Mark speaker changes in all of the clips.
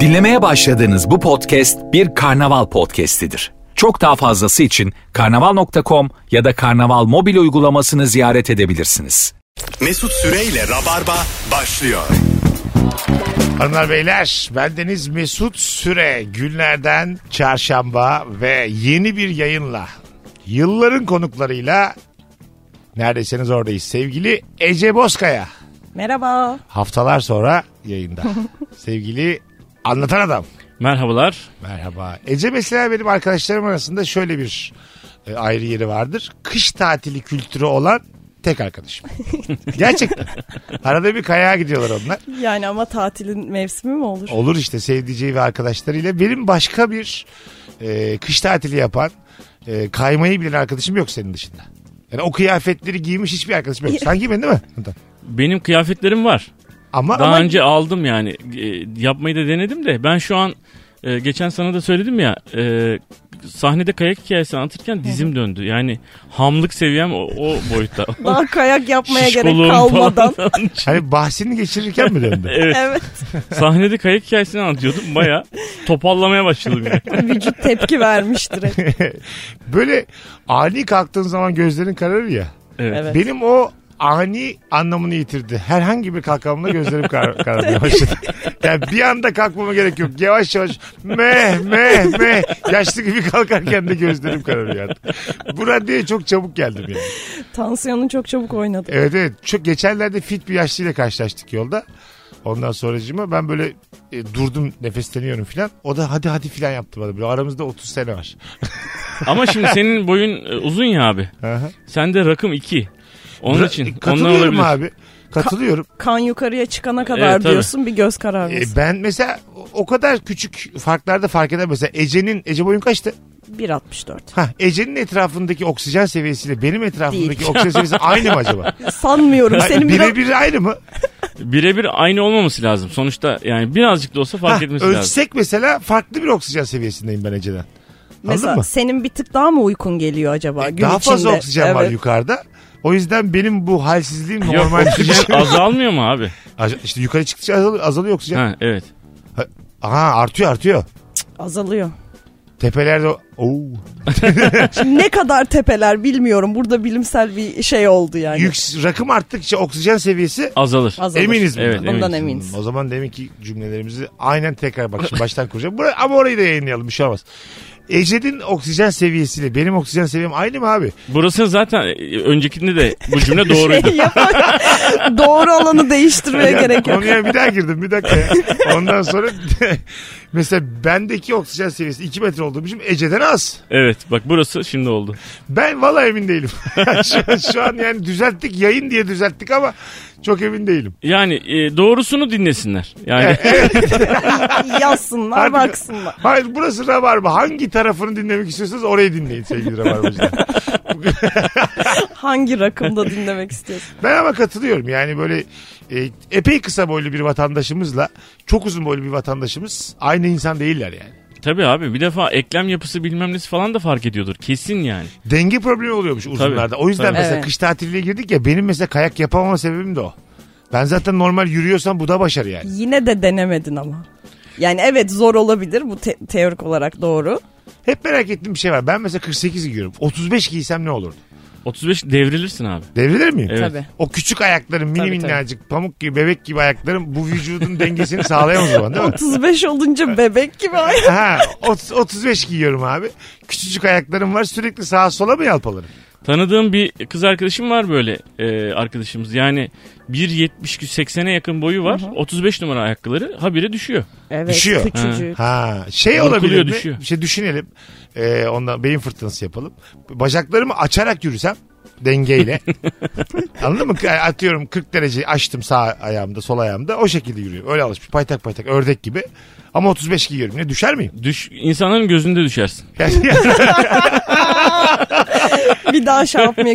Speaker 1: Dinlemeye başladığınız bu podcast bir karnaval podcastidir. Çok daha fazlası için karnaval.com ya da karnaval mobil uygulamasını ziyaret edebilirsiniz.
Speaker 2: Mesut Süreyle Rabarba başlıyor.
Speaker 3: Hanımlar beyler bendeniz Mesut Süre günlerden çarşamba ve yeni bir yayınla yılların konuklarıyla neredeyseniz oradayız sevgili Ece Bozkaya
Speaker 4: Merhaba.
Speaker 3: haftalar sonra yayında sevgili anlatan adam
Speaker 5: Merhabalar.
Speaker 3: merhaba Ece mesela benim arkadaşlarım arasında şöyle bir e, ayrı yeri vardır kış tatili kültürü olan tek arkadaşım gerçekten arada bir kayağa gidiyorlar onlar
Speaker 4: Yani ama tatilin mevsimi mi olur?
Speaker 3: Olur işte sevdiceği ve arkadaşlarıyla. Benim başka bir e, kış tatili yapan e, kaymayı bilen arkadaşım yok senin dışında. Yani o kıyafetleri giymiş hiçbir arkadaşım yok. Sen giymedin değil mi?
Speaker 5: Benim kıyafetlerim var.
Speaker 3: Ama,
Speaker 5: Daha
Speaker 3: ama
Speaker 5: önce aldım yani. E, yapmayı da denedim de. Ben şu an e, geçen sana da söyledim ya. e, sahnede kayak hikayesi anlatırken dizim döndü. Yani hamlık seviyem o, o boyutta.
Speaker 4: Daha kayak yapmaya gerek
Speaker 5: Şişkoluğum falan.
Speaker 4: kalmadan.
Speaker 3: hani bahsini geçirirken mi döndü?
Speaker 5: Evet.
Speaker 4: evet.
Speaker 5: Sahnede kayak hikayesini anlatıyordum. Baya topallamaya başladım. Yani.
Speaker 4: Vücut tepki vermiş direkt.
Speaker 3: Böyle ani kalktığın zaman gözlerin kararır ya.
Speaker 5: Evet.
Speaker 4: Evet.
Speaker 3: Benim o ani anlamını yitirdi. Herhangi bir kalkamamda gözlerim kar kararmaya başladı. Yani bir anda kalkmama gerek yok. Yavaş yavaş meh meh meh yaşlı gibi kalkarken de gözlerim kararıyor artık. Bu raddeye çok çabuk geldim yani.
Speaker 4: Tansiyonun çok çabuk oynadı.
Speaker 3: Evet evet. Çok geçenlerde fit bir yaşlıyla karşılaştık yolda. Ondan sonracığıma ben böyle e, durdum nefesleniyorum filan. O da hadi hadi filan yaptı bana. Böyle aramızda 30 sene var.
Speaker 5: Ama şimdi senin boyun e, uzun ya abi.
Speaker 3: Aha.
Speaker 5: Sende rakım 2. Onun
Speaker 3: Bura-
Speaker 5: için. Ondan
Speaker 3: Katılıyorum
Speaker 5: olabilir.
Speaker 3: abi. Katılıyorum.
Speaker 4: Kan yukarıya çıkana kadar
Speaker 5: Evet, tabii.
Speaker 4: diyorsun bir göz kararması.
Speaker 3: E, ben mesela o- o kadar küçük farklarda fark eder. Mesela Ece'nin, Ece boyun kaçtı?
Speaker 4: 1.64.
Speaker 3: Hah, Ece'nin etrafındaki oksijen seviyesiyle benim etrafımdaki oksijen seviyesi aynı mı acaba?
Speaker 4: Sanmıyorum. Senin bir
Speaker 3: Birebir aynı mı?
Speaker 5: Birebir aynı olmaması lazım. Sonuçta yani birazcık da olsa fark
Speaker 3: Hah,
Speaker 5: etmesi lazım.
Speaker 3: ölçsek mesela farklı bir oksijen seviyesindeyim ben Ece'den. Anladın
Speaker 4: mesela
Speaker 3: mı? E,
Speaker 4: senin bir tık daha mı uykun geliyor acaba? gün
Speaker 3: Daha fazla
Speaker 4: içinde?
Speaker 3: oksijen var
Speaker 4: Evet.
Speaker 3: yukarıda. O yüzden benim bu halsizliğim
Speaker 5: Yok
Speaker 3: normal bir
Speaker 5: oksijen
Speaker 3: şey.
Speaker 5: azalmıyor mu abi?
Speaker 3: Az- İşte yukarı çıktıkça azalıyor, azalıyor oksijen.
Speaker 5: Ha evet.
Speaker 3: Aha artıyor artıyor.
Speaker 4: Azalıyor.
Speaker 3: Tepelerde Oo.
Speaker 4: Şimdi ne kadar tepeler bilmiyorum. Burada bilimsel bir şey oldu yani.
Speaker 3: Yüks, rakım arttıkça oksijen seviyesi
Speaker 5: Azalır.
Speaker 4: Azalır.
Speaker 3: eminiz mi?
Speaker 5: Evet,
Speaker 4: Bundan
Speaker 5: eminiz.
Speaker 4: eminiz.
Speaker 3: Hmm, O zaman demek ki cümlelerimizi aynen tekrar bak şimdi baştan kuracağım. Bura- ama orayı da yayınlayalım bir şey olmaz. Ece'nin oksijen seviyesiyle benim oksijen seviyem aynı mı abi?
Speaker 5: Burası zaten e, öncekinde de bu cümle
Speaker 3: Şey.
Speaker 5: doğruydu.
Speaker 4: Şey Doğru alanı değiştirmeye
Speaker 3: Ya,
Speaker 4: gerek yok.
Speaker 3: Konuya bir daha girdim bir dakika ya. Ondan sonra mesela bendeki oksijen seviyesi 2 metre olduğum için Ece'den az.
Speaker 5: evet bak burası şimdi oldu.
Speaker 3: Ben valla emin değilim. şu, an- şu an yani düzelttik yayın diye düzelttik ama çok emin değilim.
Speaker 5: Yani e, doğrusunu dinlesinler. Yani
Speaker 4: Yazsınlar
Speaker 3: Hadi.
Speaker 4: baksınlar.
Speaker 3: Hayır burası Rabarba. Hangi tarafını dinlemek istiyorsanız orayı dinleyin sevgili Rabarbacılar.
Speaker 4: Hangi rakımda dinlemek istiyorsun?
Speaker 3: ben ama katılıyorum. Yani böyle e, epey kısa boylu bir vatandaşımızla çok uzun boylu bir vatandaşımız aynı insan değiller yani.
Speaker 5: tabii abi bir defa eklem yapısı bilmem nesi falan da fark ediyordur. Kesin yani.
Speaker 3: Denge problemi oluyormuş uzunlarda. o yüzden
Speaker 5: tabii.
Speaker 3: mesela
Speaker 4: Evet.
Speaker 3: kış tatiline girdik ya benim mesela kayak yapamama sebebim de o. Ben zaten normal yürüyorsam bu da başarı yani.
Speaker 4: Yine de denemedin ama. Yani evet zor olabilir bu te- teorik olarak doğru.
Speaker 3: Hep merak ettiğim bir şey var. Ben mesela 48 giyiyorum. 35 giysem ne olurdu?
Speaker 5: 35 devrilirsin abi.
Speaker 3: Devrilir miyim?
Speaker 5: Evet.
Speaker 4: Tabii.
Speaker 3: O küçük ayaklarım mini
Speaker 4: Tabii, tabii.
Speaker 3: minnacık pamuk gibi bebek gibi ayaklarım bu vücudun dengesini sağlayamaz o zaman değil mi?
Speaker 4: 35 olunca bebek gibi ay.
Speaker 3: Ha, ot- 35 giyiyorum abi. Küçücük ayaklarım var sürekli sağa sola mı yalpalarım?
Speaker 5: Tanıdığım bir kız arkadaşım var böyle e, arkadaşımız. Yani 1.70-80'e yakın boyu var. 35 numara ayakkabıları habire düşüyor.
Speaker 4: Evet
Speaker 3: Düşüyor.
Speaker 4: küçücük.
Speaker 3: Ha, şey
Speaker 5: Burkuluyor,
Speaker 3: olabilir mi?
Speaker 5: düşüyor.
Speaker 3: Bir şey düşünelim. Ee, ondan beyin fırtınası yapalım. Bacaklarımı açarak yürüsem dengeyle. Anladın mı? Yani Atıyorum 40 derece açtım sağ ayağımda sol ayağımda o şekilde yürüyorum. Öyle alışmış paytak paytak ördek gibi. Ama 35 giyiyorum. Ne düşer miyim?
Speaker 5: Düş, insanların gözünde düşersin.
Speaker 3: Yani-
Speaker 4: Bir daha şey yapmaya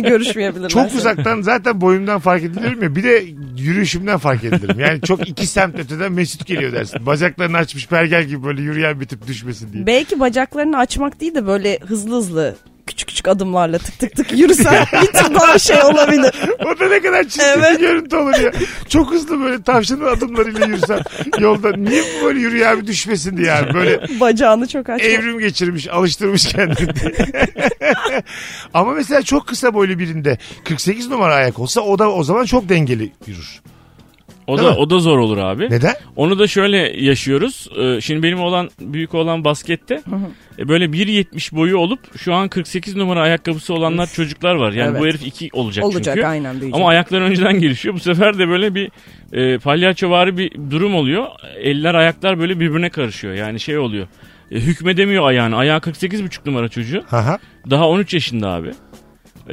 Speaker 4: görüşmeyebilirler.
Speaker 3: Çok uzaktan zaten boyumdan fark edilirim ya. Bir de yürüyüşümden fark edilirim. Yani çok iki semt öteden Mesut geliyor dersin. Bacaklarını açmış pergel gibi böyle yürüyen bir tip düşmesin diye.
Speaker 4: Belki bacaklarını açmak değil de böyle hızlı hızlı küçük küçük adımlarla tık tık tık yürüsen bir tık daha şey olabilir.
Speaker 3: O da ne kadar çirkin
Speaker 4: Evet.
Speaker 3: bir görüntü olur ya. Çok hızlı böyle tavşanın adımlarıyla yürüsen yolda. Niye bu böyle yürüyor abi düşmesin diye abi. Böyle
Speaker 4: Bacağını çok açma.
Speaker 3: evrim geçirmiş, alıştırmış kendini. Ama mesela çok kısa boylu birinde 48 numara ayak olsa o da o zaman çok dengeli yürür.
Speaker 5: O
Speaker 3: Değil
Speaker 5: da
Speaker 3: mi?
Speaker 5: o da zor olur abi.
Speaker 3: Neden?
Speaker 5: Onu da şöyle yaşıyoruz. Ee, Şimdi benim olan büyük olan baskette e, böyle 1.70 boyu olup şu an 48 numara ayakkabısı olanlar çocuklar var. Yani bu
Speaker 4: Evet.
Speaker 5: herif 2 olacak,
Speaker 4: Olacak
Speaker 5: çünkü.
Speaker 4: aynen büyüyecek.
Speaker 5: Ama ayaklar önceden gelişiyor. Bu sefer de böyle bir e, palyaçovari bir durum oluyor. Eller ayaklar böyle birbirine karışıyor. Yani şey oluyor. E, hükmedemiyor ayağını. Ayağı 48,5 numara çocuğu.
Speaker 3: Aha.
Speaker 5: Daha 13 yaşında abi. E,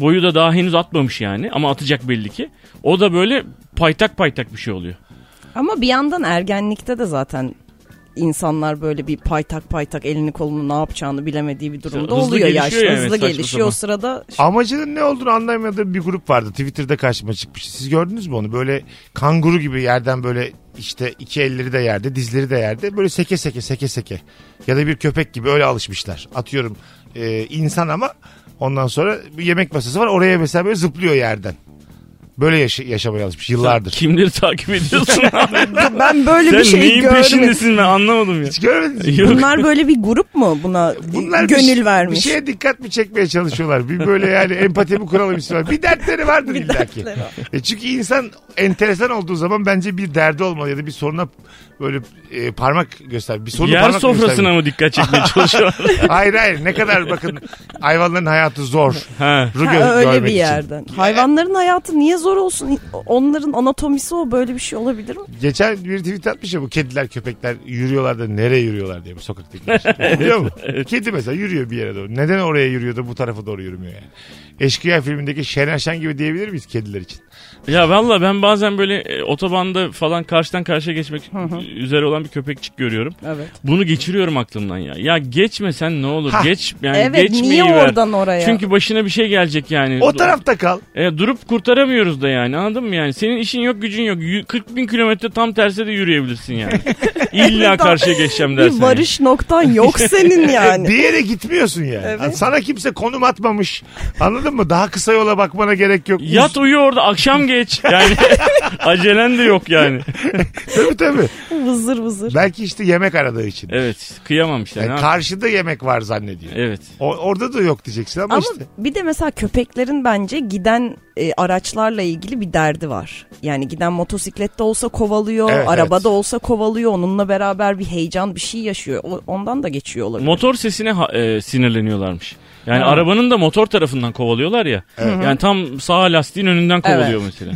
Speaker 5: boyu da daha henüz atmamış yani. Ama atacak belli ki. O da böyle paytak paytak bir şey oluyor.
Speaker 4: Ama bir yandan ergenlikte de zaten insanlar böyle bir paytak paytak elini kolunu ne yapacağını bilemediği bir durumda
Speaker 5: hızlı
Speaker 4: oluyor
Speaker 5: gelişiyor
Speaker 4: yaşta.
Speaker 5: ya, evet,
Speaker 4: hızlı
Speaker 5: saçma
Speaker 4: gelişiyor o
Speaker 5: sapan.
Speaker 4: sırada.
Speaker 3: Amacının ne olduğunu anlamadığım bir grup vardı. Twitter'da karşıma çıkmış. Siz gördünüz mü onu? Böyle kanguru gibi yerden böyle işte iki elleri de yerde, dizleri de yerde. Böyle seke seke seke seke. Ya da bir köpek gibi öyle alışmışlar. Atıyorum e, insan ama ondan sonra bir yemek masası var. Oraya mesela böyle zıplıyor yerden. Böyle yaşa- yaşamaya alışmış yıllardır.
Speaker 5: Kimleri takip ediyorsun abi?
Speaker 4: Ben böyle
Speaker 5: Sen
Speaker 4: bir şey
Speaker 5: neyin
Speaker 4: görmedim.
Speaker 5: peşindesin ben anlamadım ya.
Speaker 3: Hiç görmediniz mi?
Speaker 5: Yok.
Speaker 4: Bunlar böyle bir grup mu buna
Speaker 3: Bunlar bir-
Speaker 5: şey-
Speaker 4: gönül vermiş?
Speaker 3: Bir şeye dikkat mi çekmeye çalışıyorlar? Bir böyle yani empati mi kuralım istiyorlar? Bir dertleri vardır illa ki.
Speaker 4: dertleri var.
Speaker 3: E çünkü insan enteresan olduğu zaman bence bir derdi olmalı ya da bir soruna böyle e, parmak göster. Bir soruna
Speaker 5: Yer
Speaker 3: parmak
Speaker 5: sofrasına
Speaker 3: göstermiyor.
Speaker 5: mı dikkat çekmeye çalışıyorlar?
Speaker 3: Hayır hayır ne kadar bakın hayvanların hayatı zor.
Speaker 5: ha.
Speaker 3: Ru
Speaker 4: Ha,
Speaker 3: gö-
Speaker 4: öyle
Speaker 3: görmek
Speaker 4: bir
Speaker 3: için.
Speaker 4: yerden. Hayvanların hayatı niye zor olsun? Onların anatomisi o böyle bir şey olabilir mi?
Speaker 3: Geçen bir tweet atmış ya bu kediler köpekler yürüyorlar da nereye yürüyorlar diye bu sokaktakiler. Biliyor musun? Kedi mesela yürüyor bir yere doğru. Neden oraya yürüyor da bu tarafa doğru yürümüyor yani? Eşkıya filmindeki Şener Şen gibi diyebilir miyiz kediler için?
Speaker 5: Ya valla ben bazen böyle e, otobanda falan karşıdan karşıya geçmek üzere olan bir köpekçik görüyorum.
Speaker 4: Evet.
Speaker 5: Bunu geçiriyorum aklımdan ya. Ya geçme sen ne olur
Speaker 3: Ha.
Speaker 5: geç yani
Speaker 4: evet
Speaker 5: geçmeyi
Speaker 4: niye
Speaker 5: ver.
Speaker 4: oradan oraya?
Speaker 5: Çünkü başına bir şey gelecek yani.
Speaker 3: O tarafta kal.
Speaker 5: E, durup kurtaramıyoruz da yani anladın mı yani? Senin işin yok gücün yok. Yü- 40 bin kilometre tam terse de yürüyebilirsin yani. İlla karşıya geçeceğim dersin.
Speaker 4: bir varış noktan yok senin yani.
Speaker 3: Bir yere gitmiyorsun yani.
Speaker 4: Hani-
Speaker 3: Hani
Speaker 4: Evet.
Speaker 3: Sana kimse konum atmamış. Anladın mı? Daha kısa yola bakmana gerek yok.
Speaker 5: yani. Yat uyu orada akşam geç. Yani acelen de yok yani.
Speaker 3: Tabii tabii.
Speaker 4: vızır vızır.
Speaker 3: Belki işte yemek aradığı için.
Speaker 5: Evet kıyamam işte.
Speaker 3: Yani
Speaker 5: ne yap-
Speaker 3: karşıda yemek var zannediyor.
Speaker 5: evet.
Speaker 3: O- orada da yok diyeceksin ama,
Speaker 4: Ama
Speaker 3: işte.
Speaker 4: bir de mesela köpeklerin bence giden e, araçlarla ilgili bir derdi var. Yani giden motosiklette olsa kovalıyor,
Speaker 3: Evet,
Speaker 4: arabada
Speaker 3: evet.
Speaker 4: olsa kovalıyor. Onunla beraber bir heyecan, bir şey yaşıyor. O- ondan da geçiyor olabilir.
Speaker 5: Motor sesine ha- e, sinirleniyorlarmış. Yani arabanın da motor tarafından kovalıyorlar ya. Yani tam sağ lastiğin önünden kovalıyor mesela.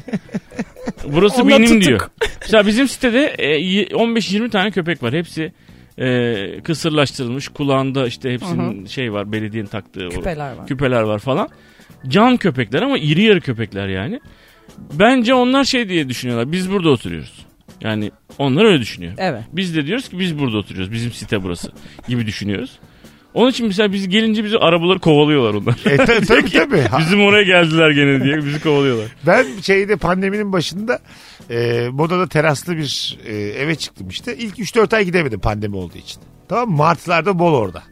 Speaker 5: Burası
Speaker 4: Ona
Speaker 5: benim
Speaker 4: tutuk.
Speaker 5: diyor. Mesela bizim sitede e, y- 15-20 tane köpek var. Hepsi e, kısırlaştırılmış. Kulağında işte hepsinin şey var belediyenin taktığı o-
Speaker 4: Küpeler var.
Speaker 5: küpeler var falan. Can köpekler ama iri yarı köpekler yani. Bence onlar şey diye düşünüyorlar. Biz burada oturuyoruz. Yani onlar öyle düşünüyor.
Speaker 4: Evet.
Speaker 5: Biz de diyoruz ki biz burada oturuyoruz. Bizim site burası gibi düşünüyoruz. Onun için mesela biz gelince bizi arabaları kovalıyorlar onlar.
Speaker 3: E, ta- tabii tabii. Ha-
Speaker 5: Bizim oraya geldiler gene diye bizi kovalıyorlar.
Speaker 3: Ben şeyde pandeminin başında e, Moda'da teraslı bir e, eve çıktım işte. İlk 3-4 ay gidemedim pandemi olduğu için. Tamam mı? Martlarda bol orada.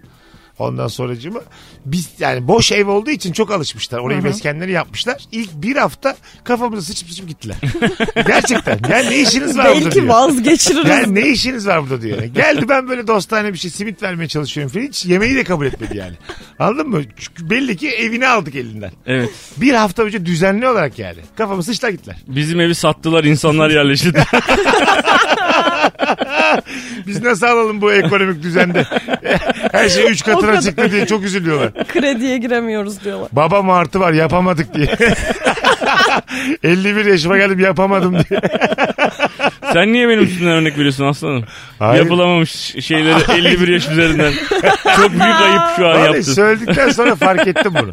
Speaker 3: Ondan sonracığıma biz yani boş ev olduğu için çok alışmışlar. Orayı meskenleri yapmışlar. İlk bir hafta kafamızı sıçıp sıçıp gittiler. Gerçekten. Yani ne işiniz var burada
Speaker 4: Belki
Speaker 3: diyor.
Speaker 4: vazgeçiririz.
Speaker 3: Yani ne işiniz var burada diyor. Yani Geldi ben böyle dostane bir şey simit vermeye çalışıyorum falan. Hiç yemeği de kabul etmedi yani. Anladın mı? Çünkü belli ki evini aldık elinden.
Speaker 5: Evet.
Speaker 3: Bir hafta önce düzenli olarak yani. Kafamı sıçla gittiler.
Speaker 5: Bizim evi sattılar insanlar yerleşti.
Speaker 3: Biz nasıl alalım bu ekonomik düzende? Her şey üç
Speaker 4: O
Speaker 3: katına
Speaker 4: kadar.
Speaker 3: çıktı diye çok üzülüyorlar.
Speaker 4: Krediye giremiyoruz diyorlar.
Speaker 3: Baba martı var yapamadık diye. 51 yaşıma geldim yapamadım diye.
Speaker 5: Sen niye benim üstümden örnek veriyorsun aslanım?
Speaker 3: Hayır.
Speaker 5: Yapılamamış şeyleri 51 yaş üzerinden. Çok büyük ayıp şu an
Speaker 3: Vallahi
Speaker 5: yaptın.
Speaker 3: söyledikten sonra fark ettim bunu.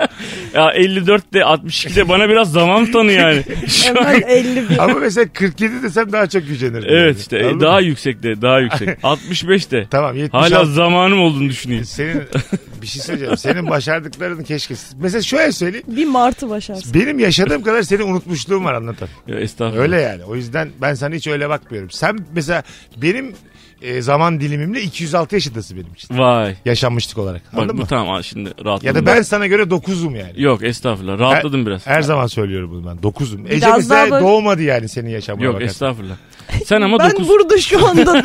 Speaker 5: Ya 54 de 62 de bana biraz zaman tanı yani. Şu an...
Speaker 4: Hemen 51.
Speaker 3: Ama mesela 47 desem daha çok gücenirdim.
Speaker 5: Evet
Speaker 3: yani.
Speaker 5: işte e,
Speaker 3: Anladın
Speaker 5: daha
Speaker 3: mı?
Speaker 5: yüksek de daha yüksek. 65 de.
Speaker 3: Tamam 70
Speaker 5: Hala zamanım olduğunu düşüneyim.
Speaker 3: Senin Bir şey söyleyeceğim. Senin başardıklarını keşke. Mesela şöyle söyleyeyim.
Speaker 4: Bir martı başarsın.
Speaker 3: Benim yaşadığım kadar seni unutmuşluğum var anlatan.
Speaker 5: Ya, estağfurullah.
Speaker 3: Öyle yani. O yüzden ben sana hiç öyle bakmıyorum. Sen mesela benim e, zaman dilimimle 206 yaşındasın benim için.
Speaker 5: Vay.
Speaker 3: Yaşanmışlık olarak.
Speaker 5: Bak
Speaker 3: Anladın
Speaker 5: bu
Speaker 3: mı?
Speaker 5: tamam ha, şimdi
Speaker 3: Ya
Speaker 5: rahatladım.
Speaker 3: da ben sana göre 9'um yani.
Speaker 5: Yok estağfurullah rahatladım
Speaker 3: her,
Speaker 5: biraz.
Speaker 3: Her zaman söylüyorum bunu ben. 9'um. Ece
Speaker 4: Biraz
Speaker 3: bize
Speaker 4: daha böyle-
Speaker 3: doğmadı yani senin yaşamına
Speaker 5: Yok
Speaker 3: bakarsan.
Speaker 5: estağfurullah. Sen ama
Speaker 4: ben
Speaker 5: 9
Speaker 4: burada şu anda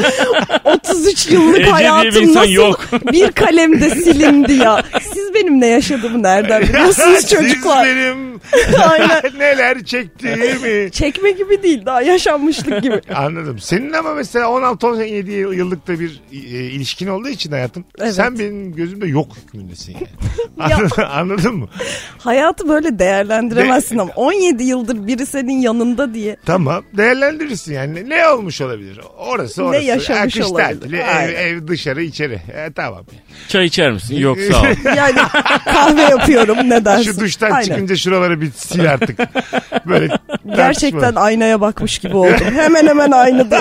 Speaker 4: 33 yıllık
Speaker 5: Ece diye bir
Speaker 4: hayatım
Speaker 5: insan
Speaker 4: nasıl
Speaker 5: yok.
Speaker 4: bir kalemde silindi ya. Siz benimle yaşadığımı nereden biliyorsunuz çocuklar?
Speaker 3: Siz benim
Speaker 4: Aynen.
Speaker 3: neler çektiğimi.
Speaker 4: Çekme gibi değil daha yaşanmışlık gibi.
Speaker 3: Anladım. Senin ama mesela 16-17 yıllıkta bir e, ilişkin olduğu için hayatım.
Speaker 4: Evet.
Speaker 3: Sen benim gözümde yok hükmündesin yani. Anladın, anladın mı?
Speaker 4: Hayatı böyle değerlendiremezsin ama 17 yıldır biri senin yanında diye.
Speaker 3: Tamam. Değerlendirirsin yani. Ne olmuş olabilir? Orası
Speaker 4: Ne
Speaker 3: orası.
Speaker 4: yaşamış
Speaker 3: Ha, kış
Speaker 4: olabilir?
Speaker 3: tatili, ev,
Speaker 4: Aynen.
Speaker 3: ev dışarı içeri. E, tamam.
Speaker 5: çay içer misin? Yok sağ ol.
Speaker 4: Yani kahve yapıyorum ne dersin?
Speaker 3: Şu duştan
Speaker 4: Aynen.
Speaker 3: çıkınca şuraları bir sil artık. Böyle tartışma.
Speaker 4: Gerçekten aynaya bakmış gibi oldum. Hemen hemen aynıdı.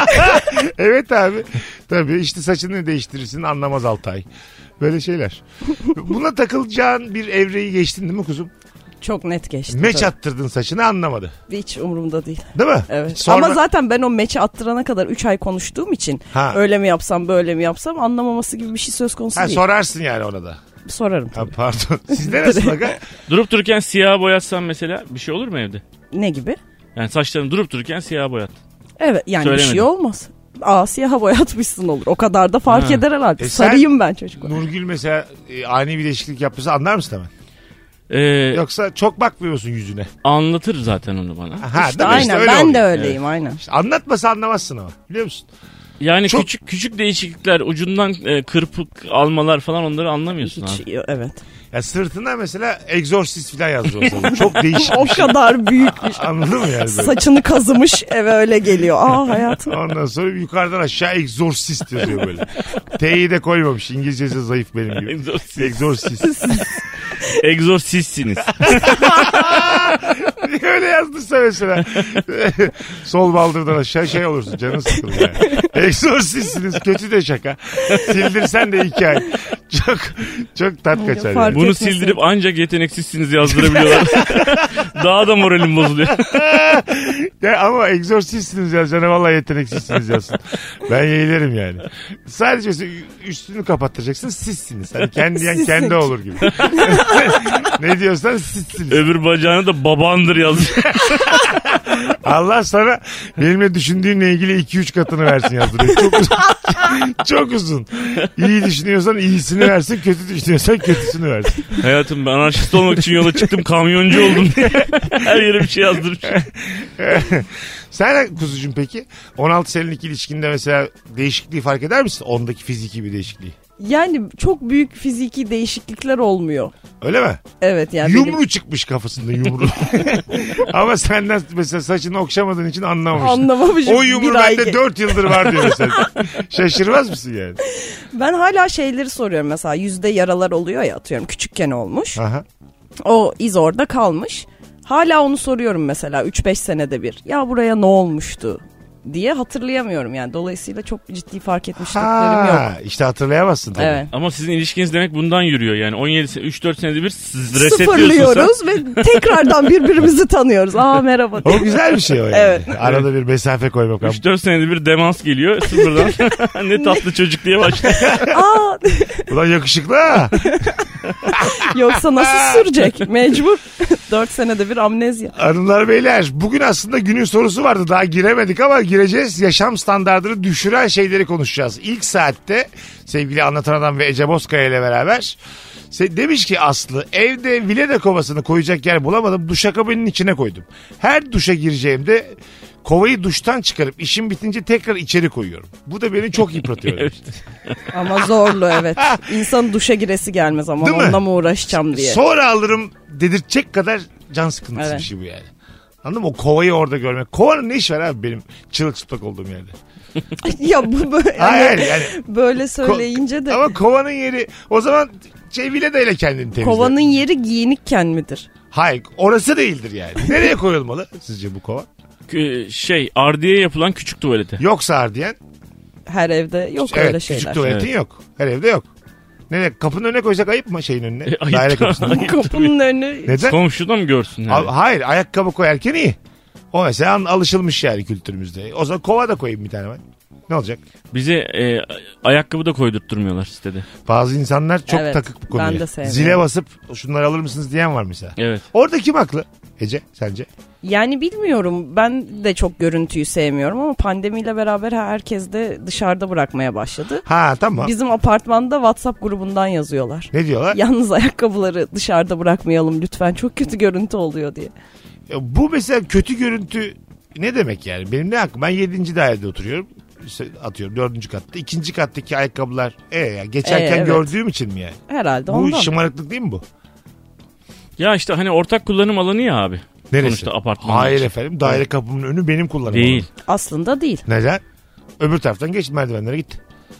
Speaker 3: Evet abi. Tabii işte saçını değiştirirsin anlamaz Altay. Böyle şeyler. Buna takılacağın bir evreyi geçtin değil mi kuzum?
Speaker 4: Çok net geçti.
Speaker 3: Meç
Speaker 4: tabii.
Speaker 3: attırdın saçını anlamadı.
Speaker 4: Hiç umurumda değil.
Speaker 3: Değil mi?
Speaker 4: Evet.
Speaker 3: Sorma-
Speaker 4: Ama zaten ben o meçe attırana kadar 3 ay konuştuğum için
Speaker 3: Ha.
Speaker 4: öyle mi yapsam böyle mi yapsam anlamaması gibi bir şey söz konusu
Speaker 3: Ha,
Speaker 4: değil.
Speaker 3: sorarsın yani ona da.
Speaker 4: Sorarım.
Speaker 3: Ha, pardon. Sizde nasıl aga?
Speaker 5: Durup dururken siyah boyatsan mesela bir şey olur mu evde?
Speaker 4: Ne gibi?
Speaker 5: Yani saçlarını durup dururken siyah boyat.
Speaker 4: Evet yani bir şey
Speaker 5: Söylemedim.
Speaker 4: olmaz. Aa siyaha boyatmışsın olur. O kadar da fark
Speaker 5: Ha.
Speaker 4: eder herhalde.
Speaker 3: E sen-
Speaker 4: Sarıyım ben çocuklar.
Speaker 3: Nurgül mesela e, ani bir değişiklik yaptıysa anlar mısın hemen?
Speaker 5: Ee,
Speaker 3: Yoksa çok bakmıyorsun yüzüne.
Speaker 5: anlatır zaten onu bana.
Speaker 3: Ha,
Speaker 4: İşte
Speaker 3: değil mi?
Speaker 4: aynen
Speaker 3: İşte
Speaker 4: ben
Speaker 3: oluyor.
Speaker 4: de öyleyim aynen.
Speaker 3: İşte anlatmasa anlamazsın ama. Biliyor musun?
Speaker 5: Yani
Speaker 3: Çok-
Speaker 5: küçük küçük değişiklikler, ucundan e, kırpık almalar falan onları anlamıyorsun
Speaker 4: Hiç
Speaker 5: abi.
Speaker 4: evet.
Speaker 3: Ya sırtına mesela egzorsist falan yazıyor. olsa. çok değişik. şey.
Speaker 4: O kadar büyükmüş.
Speaker 3: Anladın mı yani? böyle?
Speaker 4: Saçını kazımış eve öyle geliyor. Aa hayatım.
Speaker 3: Ondan sonra yukarıdan aşağı egzorsist yazıyor böyle. T'yi de koymamış. İngilizcesi zayıf benim gibi.
Speaker 5: Egzorsist.
Speaker 3: Egzorsist.
Speaker 5: Egzorsistsiniz.
Speaker 3: Niye öyle yazdıysa mesela? Sol baldırdan aşağı şey olursun. Canın sıkılır yani. Egzorsistsiniz. Kötü de şaka. Sildirsen de iki ay. Çok çok tat kaçar.
Speaker 4: fark
Speaker 3: Yani.
Speaker 5: Bunu
Speaker 4: etmesin.
Speaker 5: sildirip ancak yeteneksizsiniz yazdırabiliyorlar. Daha da moralim bozuluyor.
Speaker 3: Ya ama egzorsistsiniz yazacağına vallahi yeteneksizsiniz yazsın. Ben yeğlerim yani. Sadece üstünü kapattıracaksın sizsiniz. Hani kendi yan kendi
Speaker 4: Sizsiniz.
Speaker 3: olur gibi. ne diyorsan sizsiniz.
Speaker 5: Öbür bacağına da babandır yazıyor.
Speaker 3: Allah sana benimle düşündüğünle ilgili 2-3 katını versin yazdırıyor. Çok uzun. Çok uzun. İyi düşünüyorsan iyisini versin. Kötü düşünüyorsan kötüsünü versin.
Speaker 5: Hayatım ben anarşist olmak için yola çıktım kamyoncu oldum diye. Her yere bir şey yazdırmış.
Speaker 3: Sen kuzucum peki 16 senelik ilişkinde mesela değişikliği fark eder misin? Ondaki fiziki bir değişikliği.
Speaker 4: Yani çok büyük fiziki değişiklikler olmuyor.
Speaker 3: Öyle mi?
Speaker 4: Evet yani
Speaker 3: yumru
Speaker 4: benim
Speaker 3: çıkmış kafasında yumru. Ama senden mesela saçını okşamadığın için anlamamışsın.
Speaker 4: anlamamışım.
Speaker 3: O yumru
Speaker 4: Bir ay
Speaker 3: bende
Speaker 4: ge-
Speaker 3: 4 yıldır var diyor mesela. Şaşırmaz mısın yani?
Speaker 4: Ben hala şeyleri soruyorum mesela yüzde yaralar oluyor ya atıyorum küçükken olmuş.
Speaker 3: Aha.
Speaker 4: O iz orada kalmış. Hala onu soruyorum mesela 3-5 senede bir. Ya buraya ne olmuştu diye hatırlayamıyorum yani. Dolayısıyla çok ciddi fark etmişliklerim yok.
Speaker 3: Ha, işte hatırlayamazsın tabii.
Speaker 4: Evet.
Speaker 5: Ama sizin ilişkiniz demek bundan yürüyor yani. 17 se- 3-4 senede bir siz resetliyorsun sen.
Speaker 4: Sıfırlıyoruz ve tekrardan birbirimizi tanıyoruz. Aa merhaba.
Speaker 3: O güzel bir şey o yani.
Speaker 4: Evet.
Speaker 3: Arada bir mesafe koymak.
Speaker 5: 3-4 senede bir demans geliyor sıfırdan. ne tatlı çocuk diye başlıyor.
Speaker 4: Aa
Speaker 3: Ulan yakışıklı ha.
Speaker 4: yoksa nasıl sürecek? Mecbur. 4 senede bir amnezya.
Speaker 3: Hanımlar beyler bugün aslında günün sorusu vardı. Daha giremedik ama gireceğiz. Yaşam standartını düşüren şeyleri konuşacağız. İlk saatte sevgili Anlatan Adam ve Ece Bozkaya ile beraber se- demiş ki Aslı evde vileda kovasını koyacak yer bulamadım. Duşakabinin içine koydum. Her duşa gireceğimde kovayı duştan çıkarıp işim bitince tekrar içeri koyuyorum. Bu da beni çok yıpratıyor.
Speaker 5: Evet.
Speaker 4: Ama zorlu evet. İnsan duşa giresi gelmez ama
Speaker 3: Değil mi?
Speaker 4: onunla mı uğraşacağım diye.
Speaker 3: Sonra alırım dedirtecek kadar can sıkıntısı
Speaker 4: Evet.
Speaker 3: bir şey bu yani. Anladın mı? O kovayı orada görmek. Kovanın ne işi var abi benim çığlık çıplak olduğum yerde?
Speaker 4: ya bu böyle,
Speaker 3: Hayır yani.
Speaker 4: böyle
Speaker 3: ko-
Speaker 4: söyleyince de
Speaker 3: Ama kovanın yeri o zaman şey viledeyle kendini temizle.
Speaker 4: kovanın yeri giyinikken midir?
Speaker 3: Hayır orası değildir yani. Nereye koyulmalı sizce bu kova?
Speaker 5: Ee, şey ardiye yapılan küçük tuvalete.
Speaker 3: Yoksa ardiyen.
Speaker 4: Her evde yok
Speaker 3: Evet
Speaker 4: öyle
Speaker 3: küçük
Speaker 4: şeyler.
Speaker 3: tuvaletin yok. Her evde yok. Ne kapının önüne koysak ayıp mı şeyin önüne?
Speaker 5: E, ayıp.
Speaker 3: Daire kapısına.
Speaker 5: Ayıp.
Speaker 4: Kapının önü.
Speaker 3: Neden?
Speaker 5: Komşuda mı görsün? yani?
Speaker 3: Al- hayır ayakkabı koyarken iyi. O mesela an- alışılmış yani kültürümüzde. O zaman kova da koyayım bir tane ben. Ne olacak?
Speaker 5: Bize e, ayakkabı da koydurtturmuyorlar sitede.
Speaker 3: Bazı insanlar çok
Speaker 4: Evet,
Speaker 3: takık bu
Speaker 4: ben
Speaker 3: konuya.
Speaker 4: de sevmiyorum.
Speaker 3: Zile basıp şunları alır mısınız diyen var mesela.
Speaker 5: Evet.
Speaker 3: Orada kim haklı? Ece sence?
Speaker 4: Yani bilmiyorum ben de çok görüntüyü sevmiyorum ama pandemiyle beraber herkes de dışarıda bırakmaya başladı.
Speaker 3: Ha tamam.
Speaker 4: Bizim apartmanda WhatsApp grubundan yazıyorlar.
Speaker 3: Ne diyorlar?
Speaker 4: Yalnız ayakkabıları dışarıda bırakmayalım lütfen çok kötü görüntü oluyor diye.
Speaker 3: Ya E, Bu mesela kötü görüntü ne demek yani? Benim ne hakkım? Ben 7. dairede oturuyorum. İşte Atıyorum dördüncü katta. ikinci kattaki ayakkabılar e, ya geçerken
Speaker 4: E, evet.
Speaker 3: gördüğüm için mi yani?
Speaker 4: Herhalde
Speaker 3: Bu
Speaker 4: ondan.
Speaker 3: şımarıklık değil mi bu?
Speaker 5: Ya işte hani ortak kullanım alanı ya abi.
Speaker 3: Neresi?
Speaker 5: Sonuçta apartman.
Speaker 3: Hayır efendim daire kapımın önü benim kullanım
Speaker 5: Değil.
Speaker 4: Aslında değil.
Speaker 3: alanım. Neden? Öbür taraftan geç merdivenlere git.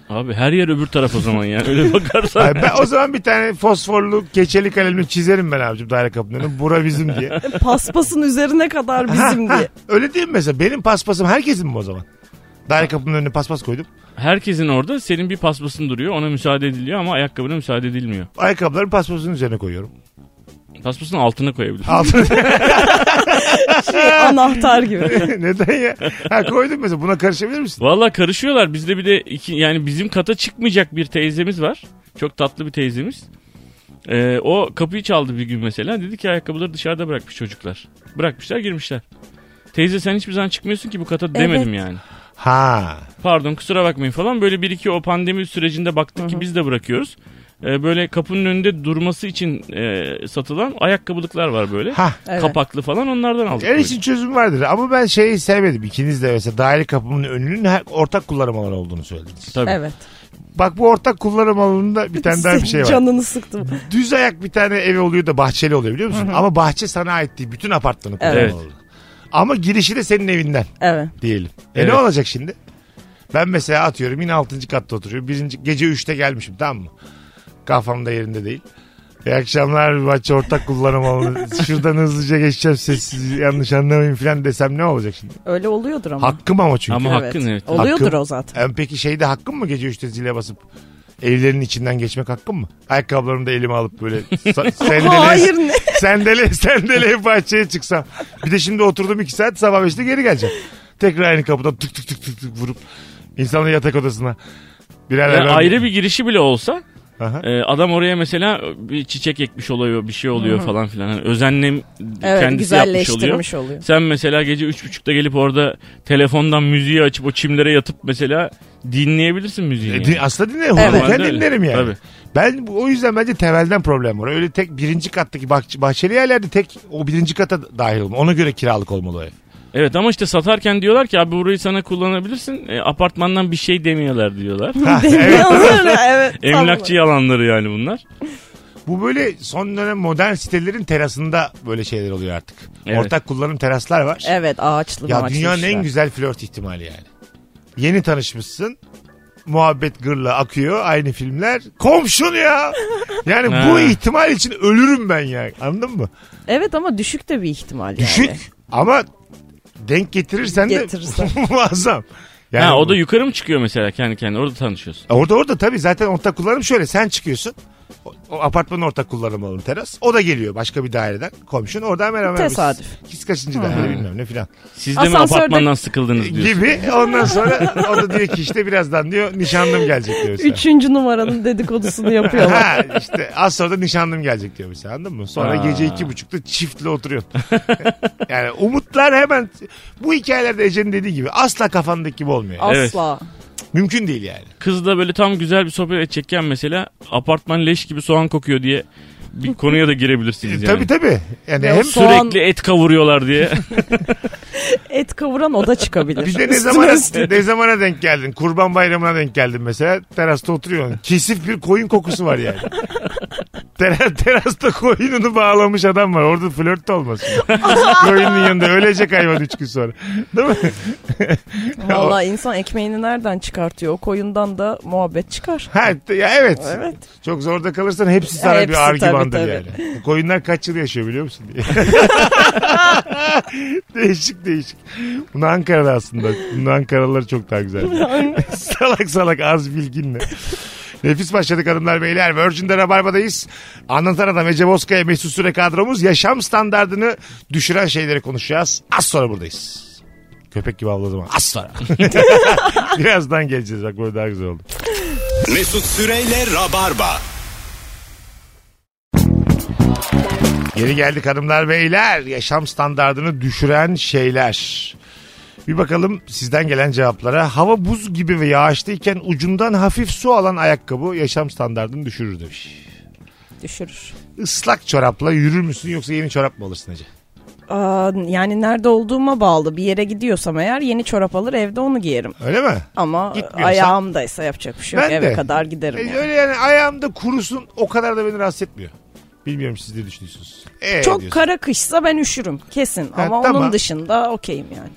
Speaker 5: Abi her yer öbür taraf o zaman yani. Öyle bakarsan.
Speaker 3: Ay ben o zaman bir tane fosforlu keçeli kalemle çizerim ben abicim daire kapının önü. Bura bizim diye.
Speaker 4: Paspasın üzerine kadar bizim diye.
Speaker 3: Öyle değil mi mesela? Benim paspasım herkesin mi o zaman? Daire kapının önüne paspas koydum.
Speaker 5: Herkesin orada senin bir paspasın duruyor. Ona müsaade ediliyor ama ayakkabına müsaade edilmiyor.
Speaker 3: Ayakkabıları paspasın üzerine koyuyorum.
Speaker 5: Paspasın altına koyabilirsin.
Speaker 3: Altına
Speaker 4: Anahtar gibi.
Speaker 3: Neden ya? Ha koydum mesela buna karışabilir misin?
Speaker 5: Valla karışıyorlar. Bizde bir de iki, yani bizim kata çıkmayacak bir teyzemiz var. Çok tatlı bir teyzemiz. Ee, o kapıyı çaldı bir gün mesela. Dedi ki ayakkabıları dışarıda bırakmış çocuklar. Bırakmışlar girmişler. Teyze sen hiçbir zaman çıkmıyorsun ki bu kata demedim yani.
Speaker 3: Ha.
Speaker 5: Pardon kusura bakmayın falan. Böyle bir iki o pandemi sürecinde baktık ki biz de bırakıyoruz. Ee, böyle kapının önünde durması için e, satılan ayakkabılıklar var böyle.
Speaker 3: Ha.
Speaker 4: Evet.
Speaker 5: Kapaklı falan onlardan aldık.
Speaker 3: Her
Speaker 5: böyle.
Speaker 3: için çözüm vardır ama ben şeyi sevmedim. İkiniz de mesela daire kapımın önünün her- ortak kullanım alanı olduğunu söylediniz.
Speaker 5: Tabii.
Speaker 4: Evet.
Speaker 3: Bak bu ortak kullanım alanında bir tane daha bir şey var.
Speaker 4: Canını sıktım.
Speaker 3: Düz ayak bir tane ev oluyor da bahçeli oluyor biliyor musun? Ama bahçe sana ait değil. Bütün apartmanı kullanım
Speaker 5: Evet.
Speaker 3: alanı. Ama girişi de senin evinden
Speaker 4: Evet.
Speaker 3: diyelim. E
Speaker 5: Evet.
Speaker 3: ne olacak şimdi? Ben mesela atıyorum yine 6. katta oturuyorum. Birinci, gece 3'te gelmişim tamam mı? Kafam da yerinde değil. İyi akşamlar maç ortak kullanım alanı. Şuradan hızlıca geçeceğim sessiz yanlış anlamayın falan desem ne olacak şimdi?
Speaker 4: Öyle oluyordur ama.
Speaker 3: Hakkım ama çünkü.
Speaker 5: Ama-
Speaker 4: Evet.
Speaker 5: hakkın, evet.
Speaker 4: Oluyordur
Speaker 3: Hakkım.
Speaker 4: o zaten.
Speaker 3: Hem peki şeyde hakkım mı gece 3'te zile basıp evlerin içinden geçmek hakkım mı? Ayakkabılarımı da elime alıp böyle sa- sendele,
Speaker 4: Hayır ne?
Speaker 3: sendele, sendele bahçeye çıksam. Bir de şimdi oturdum 2 saat sabah 5'te geri geleceğim. Tekrar aynı kapıdan tık tık tık tık, tık vurup insanları yatak odasına. Birader
Speaker 5: Yani
Speaker 3: ben-
Speaker 5: ayrı bir girişi bile olsa
Speaker 3: Aha.
Speaker 5: e, adam oraya mesela bir çiçek ekmiş oluyor bir şey oluyor falan filan. Hani özenle
Speaker 4: Evet
Speaker 5: kendisi yapmış oluyor.
Speaker 4: güzelleştirmiş oluyor.
Speaker 5: Sen mesela gece üç buçukta gelip orada telefondan müziği açıp o çimlere yatıp mesela dinleyebilirsin müziği.
Speaker 3: E,
Speaker 5: yani.
Speaker 3: din- aslında dinlerim.
Speaker 4: Evet.
Speaker 3: Hukuken
Speaker 5: Normalde öyle.
Speaker 3: dinlerim yani.
Speaker 5: Tabii.
Speaker 3: Ben bu- o yüzden bence temelden problem var. Öyle tek birinci kattaki bahçe, bahçeli yerlerde tek o birinci kata dahil olma. Ona göre kiralık olmalı o ev.
Speaker 5: Evet ama işte satarken diyorlar ki abi burayı sana kullanabilirsin. E, apartmandan bir şey demiyorlar diyorlar.
Speaker 3: Ha, evet.
Speaker 4: Yalnız öyle, evet. tam
Speaker 5: Emlakçı yalanları yani bunlar.
Speaker 3: Bu böyle son dönem modern sitelerin terasında böyle şeyler oluyor artık.
Speaker 5: Evet.
Speaker 3: Ortak kullanım teraslar var.
Speaker 4: olarak. Evet ağaçlı
Speaker 3: ya
Speaker 4: maçlı
Speaker 3: dünyanın en
Speaker 4: işler.
Speaker 3: güzel flört ihtimali yani. Yeni tanışmışsın. Muhabbet gırla akıyor aynı filmler. Komşun ya. Yani bu
Speaker 5: Ha.
Speaker 3: ihtimal için ölürüm ben yani. Anladın mı?
Speaker 4: Evet ama düşük de bir ihtimal yani.
Speaker 3: Düşük ama denk getirirsen de
Speaker 4: Getirirsen.
Speaker 3: muazzam. Yani
Speaker 5: ha, o da yukarı mı çıkıyor mesela kendi kendine orada tanışıyorsun.
Speaker 3: Orada orada tabii zaten ortak kullanım şöyle sen çıkıyorsun. O, o apartmanın ortak kullanım alanı teras. O da geliyor başka bir daireden komşun. Oradan merhaba. merhaba.
Speaker 4: Tesadüf.
Speaker 3: Siz kaçıncı daire bilmem ne filan.
Speaker 5: Siz de mi
Speaker 4: Asansörde-
Speaker 5: apartmandan sıkıldınız diyorsun.
Speaker 3: Ee, Gibi ondan sonra o da diyor ki işte birazdan diyor nişanlım gelecek diyor. mesela.
Speaker 4: Üçüncü numaranın dedikodusunu yapıyorlar.
Speaker 3: Ha işte az sonra da nişanlım gelecek diyor mesela anladın mı? Sonra
Speaker 5: Aa.
Speaker 3: gece iki buçukta çiftle oturuyorsun. yani umutlar hemen bu hikayelerde Ece'nin dediği gibi asla kafandaki gibi olmuyor.
Speaker 5: Evet.
Speaker 4: Asla.
Speaker 3: Mümkün değil yani.
Speaker 5: Kızla böyle tam güzel bir sohbet edecekken mesela apartman leş gibi soğan kokuyor diye bir konuya da girebilirsiniz yani.
Speaker 3: E, Tabii tabii. Yani
Speaker 4: Ya
Speaker 3: hem
Speaker 4: soğan-
Speaker 5: Sürekli et kavuruyorlar diye.
Speaker 4: Et kavuran o da çıkabilir.
Speaker 3: Biz de ne
Speaker 4: Üstüne
Speaker 3: zamana,
Speaker 4: üstüne.
Speaker 3: ne zamana denk geldin? Kurban bayramına denk geldin mesela. Terasta oturuyorsun. Kesif bir koyun kokusu var yani. Ter- terasta koyununu bağlamış adam var. Orada flört de olmasın. Koyunun yanında ölecek hayvan üç gün sonra. Değil mi?
Speaker 4: Valla insan ekmeğini nereden çıkartıyor? O koyundan da muhabbet çıkar.
Speaker 3: Ha, ya evet.
Speaker 4: Evet.
Speaker 3: Çok zorda kalırsan hepsi sana
Speaker 4: Hepsi
Speaker 3: bir argümandır
Speaker 4: tabii,
Speaker 3: yani. Bu koyunlar kaç yıl yaşıyor biliyor musun? diye. değişik değişik. Bunu Ankara'da aslında. Bunu Ankaralıları çok daha güzel. salak salak az bilginle. Nefis başladık hanımlar beyler. Virgin'de Rabarba'dayız. Anlatan Adam Ece Bozkaya Mesut Süre kadromuz. Yaşam standartını düşüren şeyleri konuşacağız. Az sonra buradayız. Köpek gibi avladım. ha. Az sonra. Birazdan geleceğiz. Bak böyle daha güzel oldu.
Speaker 2: Mesut Süreyle Rabarba.
Speaker 3: Geri geldik hanımlar beyler. Yaşam standartını düşüren şeyler. Bir bakalım sizden gelen cevaplara. Hava buz gibi ve yağışlıyken ucundan hafif su alan ayakkabı yaşam standartını düşürür demiş.
Speaker 4: Düşürür.
Speaker 3: Islak çorapla yürür müsün yoksa yeni çorap mı alırsın Ece?
Speaker 4: Aa, yani nerede olduğuma bağlı. Bir yere gidiyorsam eğer yeni çorap alır evde onu giyerim.
Speaker 3: Öyle mi?
Speaker 4: Ama
Speaker 3: Gitmiyorsan-
Speaker 4: ayağımdaysa yapacak bir şey yok.
Speaker 3: Ben
Speaker 4: Eve
Speaker 3: de.
Speaker 4: kadar
Speaker 3: E,
Speaker 4: giderim yani.
Speaker 3: Öyle yani ayağımda kurusun o kadar da beni rahatsız etmiyor. Bilmiyorum siz ne düşünüyorsunuz? Ee,
Speaker 4: Çok
Speaker 3: diyorsun.
Speaker 4: kara kışsa ben üşürüm kesin.
Speaker 3: Ha,
Speaker 4: Ama
Speaker 3: tamam.
Speaker 4: onun dışında okeyim yani.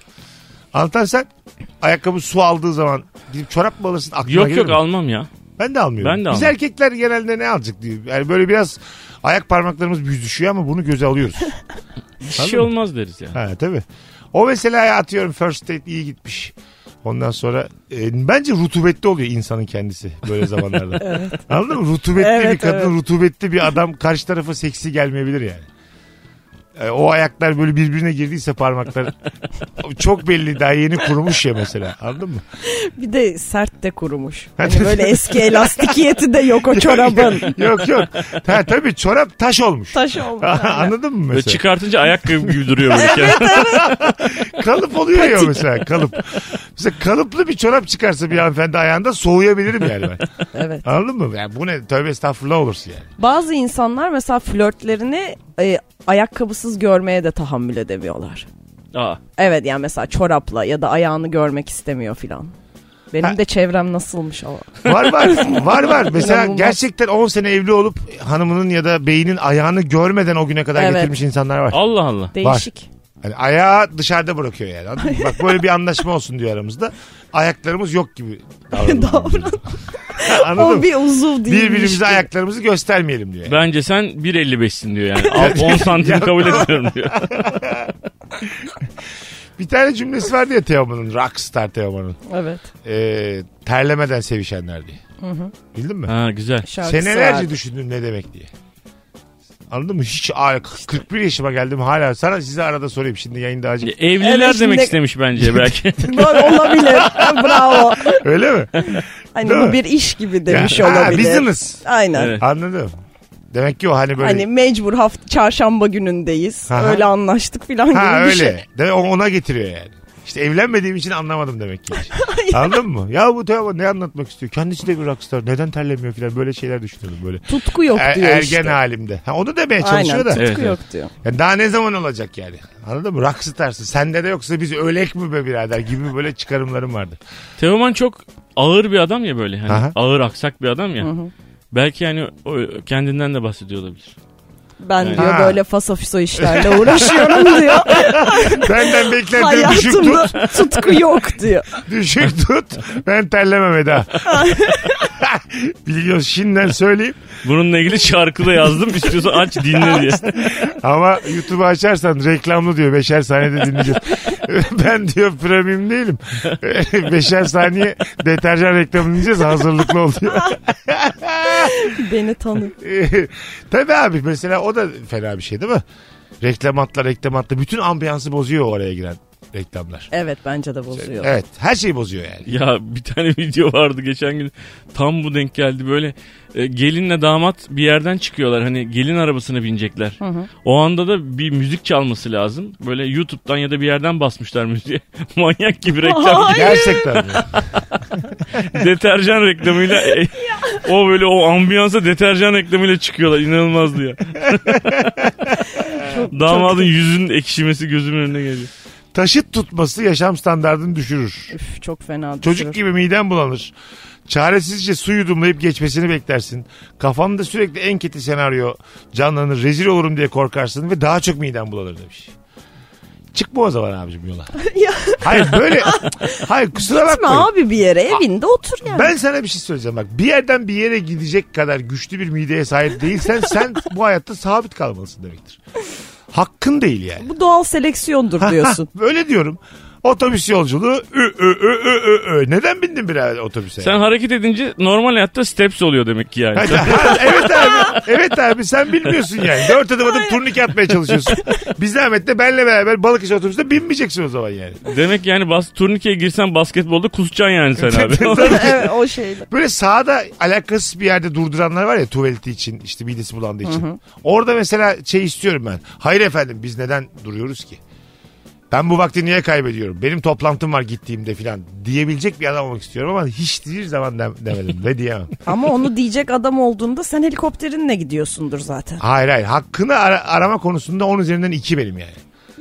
Speaker 3: Anlatan sen ayakkabı su aldığı zaman gidip çorap mı alırsın? Aklına
Speaker 5: Yok
Speaker 3: gelir
Speaker 5: yok
Speaker 3: mi?
Speaker 5: almam ya.
Speaker 3: Ben de almıyorum.
Speaker 5: Ben de
Speaker 3: Biz
Speaker 5: almam.
Speaker 3: erkekler genelde ne alacak diyor. Yani böyle biraz ayak parmaklarımız büzüşüyor ama bunu göze alıyoruz.
Speaker 5: Bir
Speaker 3: Anladın
Speaker 5: şey
Speaker 3: mı?
Speaker 5: olmaz deriz ya.
Speaker 3: ha tabii. O mesela atıyorum first date iyi gitmiş. Ondan sonra e, bence rutubetli oluyor insanın kendisi böyle zamanlarda. Anladın mı? Rutubetli bir
Speaker 4: Evet,
Speaker 3: kadın, rutubetli bir adam karşı tarafa seksi gelmeyebilir yani. E, o ayaklar böyle birbirine girdiyse parmaklar çok belli daha yeni kurumuş ya mesela. Anladın mı?
Speaker 4: Bir de sert de kurumuş. Hani böyle eski elastikiyeti de yok o çorabın.
Speaker 3: yok yok. Ha, tabii çorap taş olmuş.
Speaker 4: Taş olmuş. yani.
Speaker 3: Anladın mı
Speaker 5: Böyle
Speaker 3: mesela?
Speaker 5: çıkartınca ayakkabı gibi duruyor böyle.
Speaker 3: kalıp oluyor ya mesela kalıp. Mesela kalıplı bir çorap çıkarsa bir hanımefendi ayağında soğuyabilirim yani ben.
Speaker 4: Evet.
Speaker 3: Anladın mı? Yani bu ne? Tövbe estağfurullah olursun yani.
Speaker 4: Bazı insanlar mesela flörtlerini e, ayakkabısız görmeye de tahammül edemiyorlar.
Speaker 5: Aa,
Speaker 4: Evet yani mesela çorapla ya da ayağını görmek istemiyor filan. Benim
Speaker 3: Ha.
Speaker 4: de çevrem nasılmış ama.
Speaker 3: Var var. var var. Mesela
Speaker 4: İnanılmaz.
Speaker 3: gerçekten 10 sene evli olup hanımının ya da beyinin ayağını görmeden o güne kadar
Speaker 4: Evet.
Speaker 3: getirmiş insanlar var.
Speaker 5: Allah Allah.
Speaker 4: Değişik.
Speaker 3: Hani ayağı dışarıda bırakıyor yani. Anladın mı? Bak böyle bir anlaşma olsun diyor aramızda. Ayaklarımız yok gibi davranalım. Anladın
Speaker 4: O
Speaker 3: mı?
Speaker 4: bir uzuv değil.
Speaker 3: Birbirimize ayaklarımızı göstermeyelim diyor. yani.
Speaker 5: Bence sen 1.55'sin diyor yani. Al, 10 santim kabul etmiyorum diyor.
Speaker 3: Bir tane cümlesi vardı ya Teoman'ın. Rockstar Teoman'ın.
Speaker 4: Evet.
Speaker 3: Ee, terlemeden sevişenler diye. Bildin mi?
Speaker 5: Ha güzel.
Speaker 4: Şarkısı
Speaker 3: Senelerce
Speaker 4: vardı.
Speaker 3: düşündüm ne demek diye. Anladın mı? Hiç aa, 41 yaşıma geldim hala. Sana size arada sorayım şimdi yayında acı.
Speaker 5: Evliler
Speaker 4: Evet,
Speaker 5: demek
Speaker 4: şimdi-
Speaker 5: istemiş bence belki.
Speaker 4: Doğru, olabilir. Bravo.
Speaker 3: Öyle mi?
Speaker 4: Hani
Speaker 3: Değil mi?
Speaker 4: bu bir iş gibi demiş
Speaker 3: Ya, aa,
Speaker 4: olabilir.
Speaker 3: business.
Speaker 4: Aynen.
Speaker 5: Evet.
Speaker 3: Anladım. Demek ki o hani böyle.
Speaker 4: Hani mecbur hafta çarşamba günündeyiz.
Speaker 3: Aha.
Speaker 4: Öyle anlaştık filan gibi
Speaker 3: ha
Speaker 4: bir şey.
Speaker 3: öyle. De, o- ona getiriyor yani. İşte evlenmediğim için anlamadım demek ki. Anladın mı? Ya bu Teoman ne anlatmak istiyor? Kendisi de bir rockstar. Neden terlemiyor falan böyle şeyler düşünüyordum böyle.
Speaker 4: Tutku yok
Speaker 3: Er-
Speaker 4: diyor
Speaker 3: ergen
Speaker 4: işte.
Speaker 3: halimde. Ha, onu demeye çalışıyor
Speaker 4: Aynen
Speaker 3: da.
Speaker 4: tutku
Speaker 5: Evet, evet.
Speaker 4: yok diyor.
Speaker 3: Ya daha ne zaman olacak yani? Anladın mı? Rockstarsın. Sende de yoksa biz ölek mi be birader gibi böyle çıkarımlarım vardı.
Speaker 5: Teoman çok ağır bir adam ya böyle. Hani
Speaker 3: Aha.
Speaker 5: ağır aksak bir adam ya. Belki yani o kendinden de bahsediyor olabilir.
Speaker 4: Ben
Speaker 5: Evet.
Speaker 4: diyor
Speaker 3: Ha.
Speaker 4: böyle fasafiso işlerle uğraşıyorum diyor.
Speaker 3: Benden beklentini düşük tut.
Speaker 4: Hayatımda tutku yok diyor.
Speaker 3: Düşük tut. Ben terlemem Eda. Biliyorsun şimdiden söyleyeyim.
Speaker 5: Bununla ilgili şarkı da yazdım. İstiyorsan aç dinle diye.
Speaker 3: Ama YouTube'u açarsan reklamlı diyor. Beşer saniyede dinleyeceğiz. ben diyor premium değilim. Beşer saniye deterjan reklamını dinleyeceğiz. Hazırlıklı ol diyor.
Speaker 4: Beni tanı.
Speaker 3: Ee, Tabii abi mesela o da fena bir şey değil mi? Reklamatla reklamatla bütün ambiyansı bozuyor oraya giren reklamlar.
Speaker 4: Evet bence de bozuyor.
Speaker 3: Şey, Evet her şeyi bozuyor yani.
Speaker 5: Ya bir tane video vardı geçen gün tam bu denk geldi böyle e, gelinle damat bir yerden çıkıyorlar hani gelin arabasına binecekler. O anda da bir müzik çalması lazım böyle YouTube'dan ya da bir yerden basmışlar müziği manyak gibi reklam
Speaker 3: Gerçekten. mi?
Speaker 5: deterjan reklamıyla e, o böyle o ambiyansa deterjan reklamıyla çıkıyorlar inanılmazdı ya. Damadın yüzünün ekşimesi gözümün önüne geliyor.
Speaker 3: Taşıt tutması yaşam standartını düşürür.
Speaker 4: Üf, çok fena
Speaker 3: Çocuk
Speaker 4: Çocuk
Speaker 3: gibi miden bulanır. Çaresizce su yudumlayıp geçmesini beklersin. Kafanda sürekli en kötü senaryo canlanır. Rezil olurum diye korkarsın ve daha çok miden bulanır demiş. Çık bu o zaman abicim yola.
Speaker 4: Ya.
Speaker 3: Hayır böyle. Hayır kusura
Speaker 4: Gitme
Speaker 3: bakmayın.
Speaker 4: abi bir yere evinde otur yani.
Speaker 3: Ben sana bir şey söyleyeceğim bak. Bir yerden bir yere gidecek kadar güçlü bir mideye sahip değilsen sen bu hayatta sabit kalmalısın demektir. Hakkın değil yani.
Speaker 4: Bu doğal seleksiyondur diyorsun.
Speaker 3: Öyle diyorum. Otobüs yolculuğu. Ü, ü, ü, ü, ü, ü. Neden bindin birader otobüse?
Speaker 5: Sen hareket edince normal hayatta steps oluyor demek ki yani.
Speaker 3: Ha, evet abi. Evet abi sen bilmiyorsun yani. Dört adım adım turnike atmaya çalışıyorsun. Biz zahmet de benle beraber Balıkesir otobüsüne binmeyeceksin o zaman yani.
Speaker 5: demek yani bas turnikeye girsen basketbolda kusacaksın yani sen abi.
Speaker 4: evet o şeyle.
Speaker 3: Böyle sahada alakasız bir yerde durduranlar var ya tuvaleti için işte midesi bulandığı için. Orada mesela şey istiyorum ben. Hayır efendim biz neden duruyoruz ki? Ben bu vakti niye kaybediyorum? Benim toplantım var gittiğimde filan diyebilecek bir adam olmak istiyorum ama hiçbir zaman dem- demedim ve diyemem.
Speaker 4: Ama onu diyecek adam olduğunda sen helikopterinle gidiyorsundur zaten.
Speaker 3: Hayır hayır hakkını ara- arama konusunda 10 üzerinden 2 benim yani.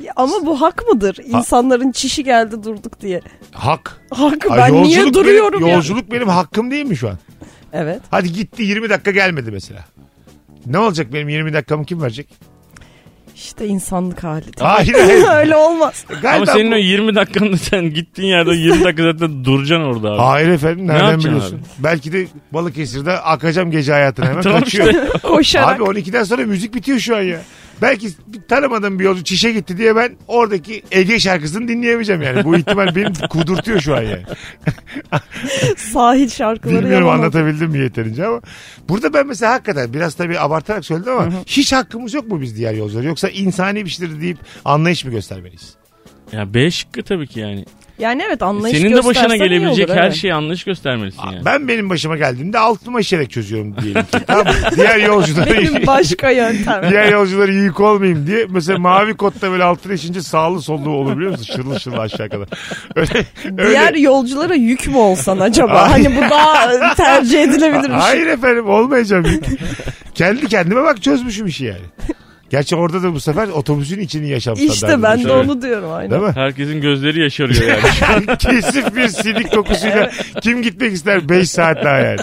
Speaker 4: Ya Ama bu hak mıdır? İnsanların çişi geldi durduk diye.
Speaker 3: Hak.
Speaker 4: Hak
Speaker 3: Ay,
Speaker 4: ben niye
Speaker 3: yolculuk
Speaker 4: duruyorum
Speaker 3: benim,
Speaker 4: ya?
Speaker 3: Yolculuk benim hakkım değil mi şu an?
Speaker 4: Evet.
Speaker 3: Hadi gitti 20 dakika gelmedi mesela. Ne olacak benim 20 dakamı kim verecek?
Speaker 4: İşte insanlık hali. değil.
Speaker 3: Hayır hayır.
Speaker 4: Öyle olmaz.
Speaker 3: Galiba
Speaker 5: Ama senin
Speaker 3: bu-
Speaker 5: o 20 dakikanda sen gittiğin yerde 20 dakika zaten duracaksın orada abi.
Speaker 3: Hayır efendim nereden
Speaker 5: yapacaksın
Speaker 3: biliyorsun? Belki de Balıkesir'de akacağım gece hayatına hemen
Speaker 5: Tamam
Speaker 3: kaçıyor.
Speaker 4: Koşarak.
Speaker 3: Abi 12'den sonra müzik bitiyor şu an ya. Belki bir tanımadığım bir yolcu çişe gitti diye ben oradaki Ege şarkısını dinleyemeyeceğim yani. Bu ihtimal beni kudurtuyor şu an yani.
Speaker 4: Sahil şarkıları
Speaker 3: Bilmiyorum
Speaker 4: yalan
Speaker 3: anlatabildim mi yeterince ama. Burada ben mesela hakikaten biraz tabii abartarak söyledim ama hiç hakkımız yok mu biz diğer yolculara? Yoksa insani bir şeydir deyip anlayış mı göstermeliyiz?
Speaker 5: Ya B şıkkı tabii ki yani.
Speaker 4: oldu. Yani evet anlayış
Speaker 5: Senin de başına
Speaker 4: göstersen iyi
Speaker 5: gelebilecek
Speaker 4: olur,
Speaker 5: her şey.
Speaker 4: evet.
Speaker 5: şeyi anlayış göstermelisin yani.
Speaker 3: Ben benim başıma geldiğimde altıma işerek çözüyorum diyelim ki. Tamam mı? Diğer yolculara
Speaker 4: Benim başka yöntem.
Speaker 3: Diğer yolculara yük olmayayım diye. Mesela mavi kotta böyle altına işince sağlı sollu olur biliyor musun? Şırıl şırıl aşağı kadar. Öyle,
Speaker 4: Diğer yolculara yük mü olsan acaba? hani bu daha tercih edilebilir bir şey.
Speaker 3: Hayır efendim olmayacağım. yük. Kendi kendime bak çözmüşüm işi yani. Gerçi orada da bu sefer otobüsün içini yaşam
Speaker 4: İşte
Speaker 3: standartı
Speaker 4: ben de
Speaker 3: düşüyor.
Speaker 4: onu diyorum aynen.
Speaker 3: Değil mi?
Speaker 5: Herkesin gözleri yaşarıyor yani.
Speaker 3: Kesif bir silik kokusuyla kim gitmek ister 5 saat daha yani.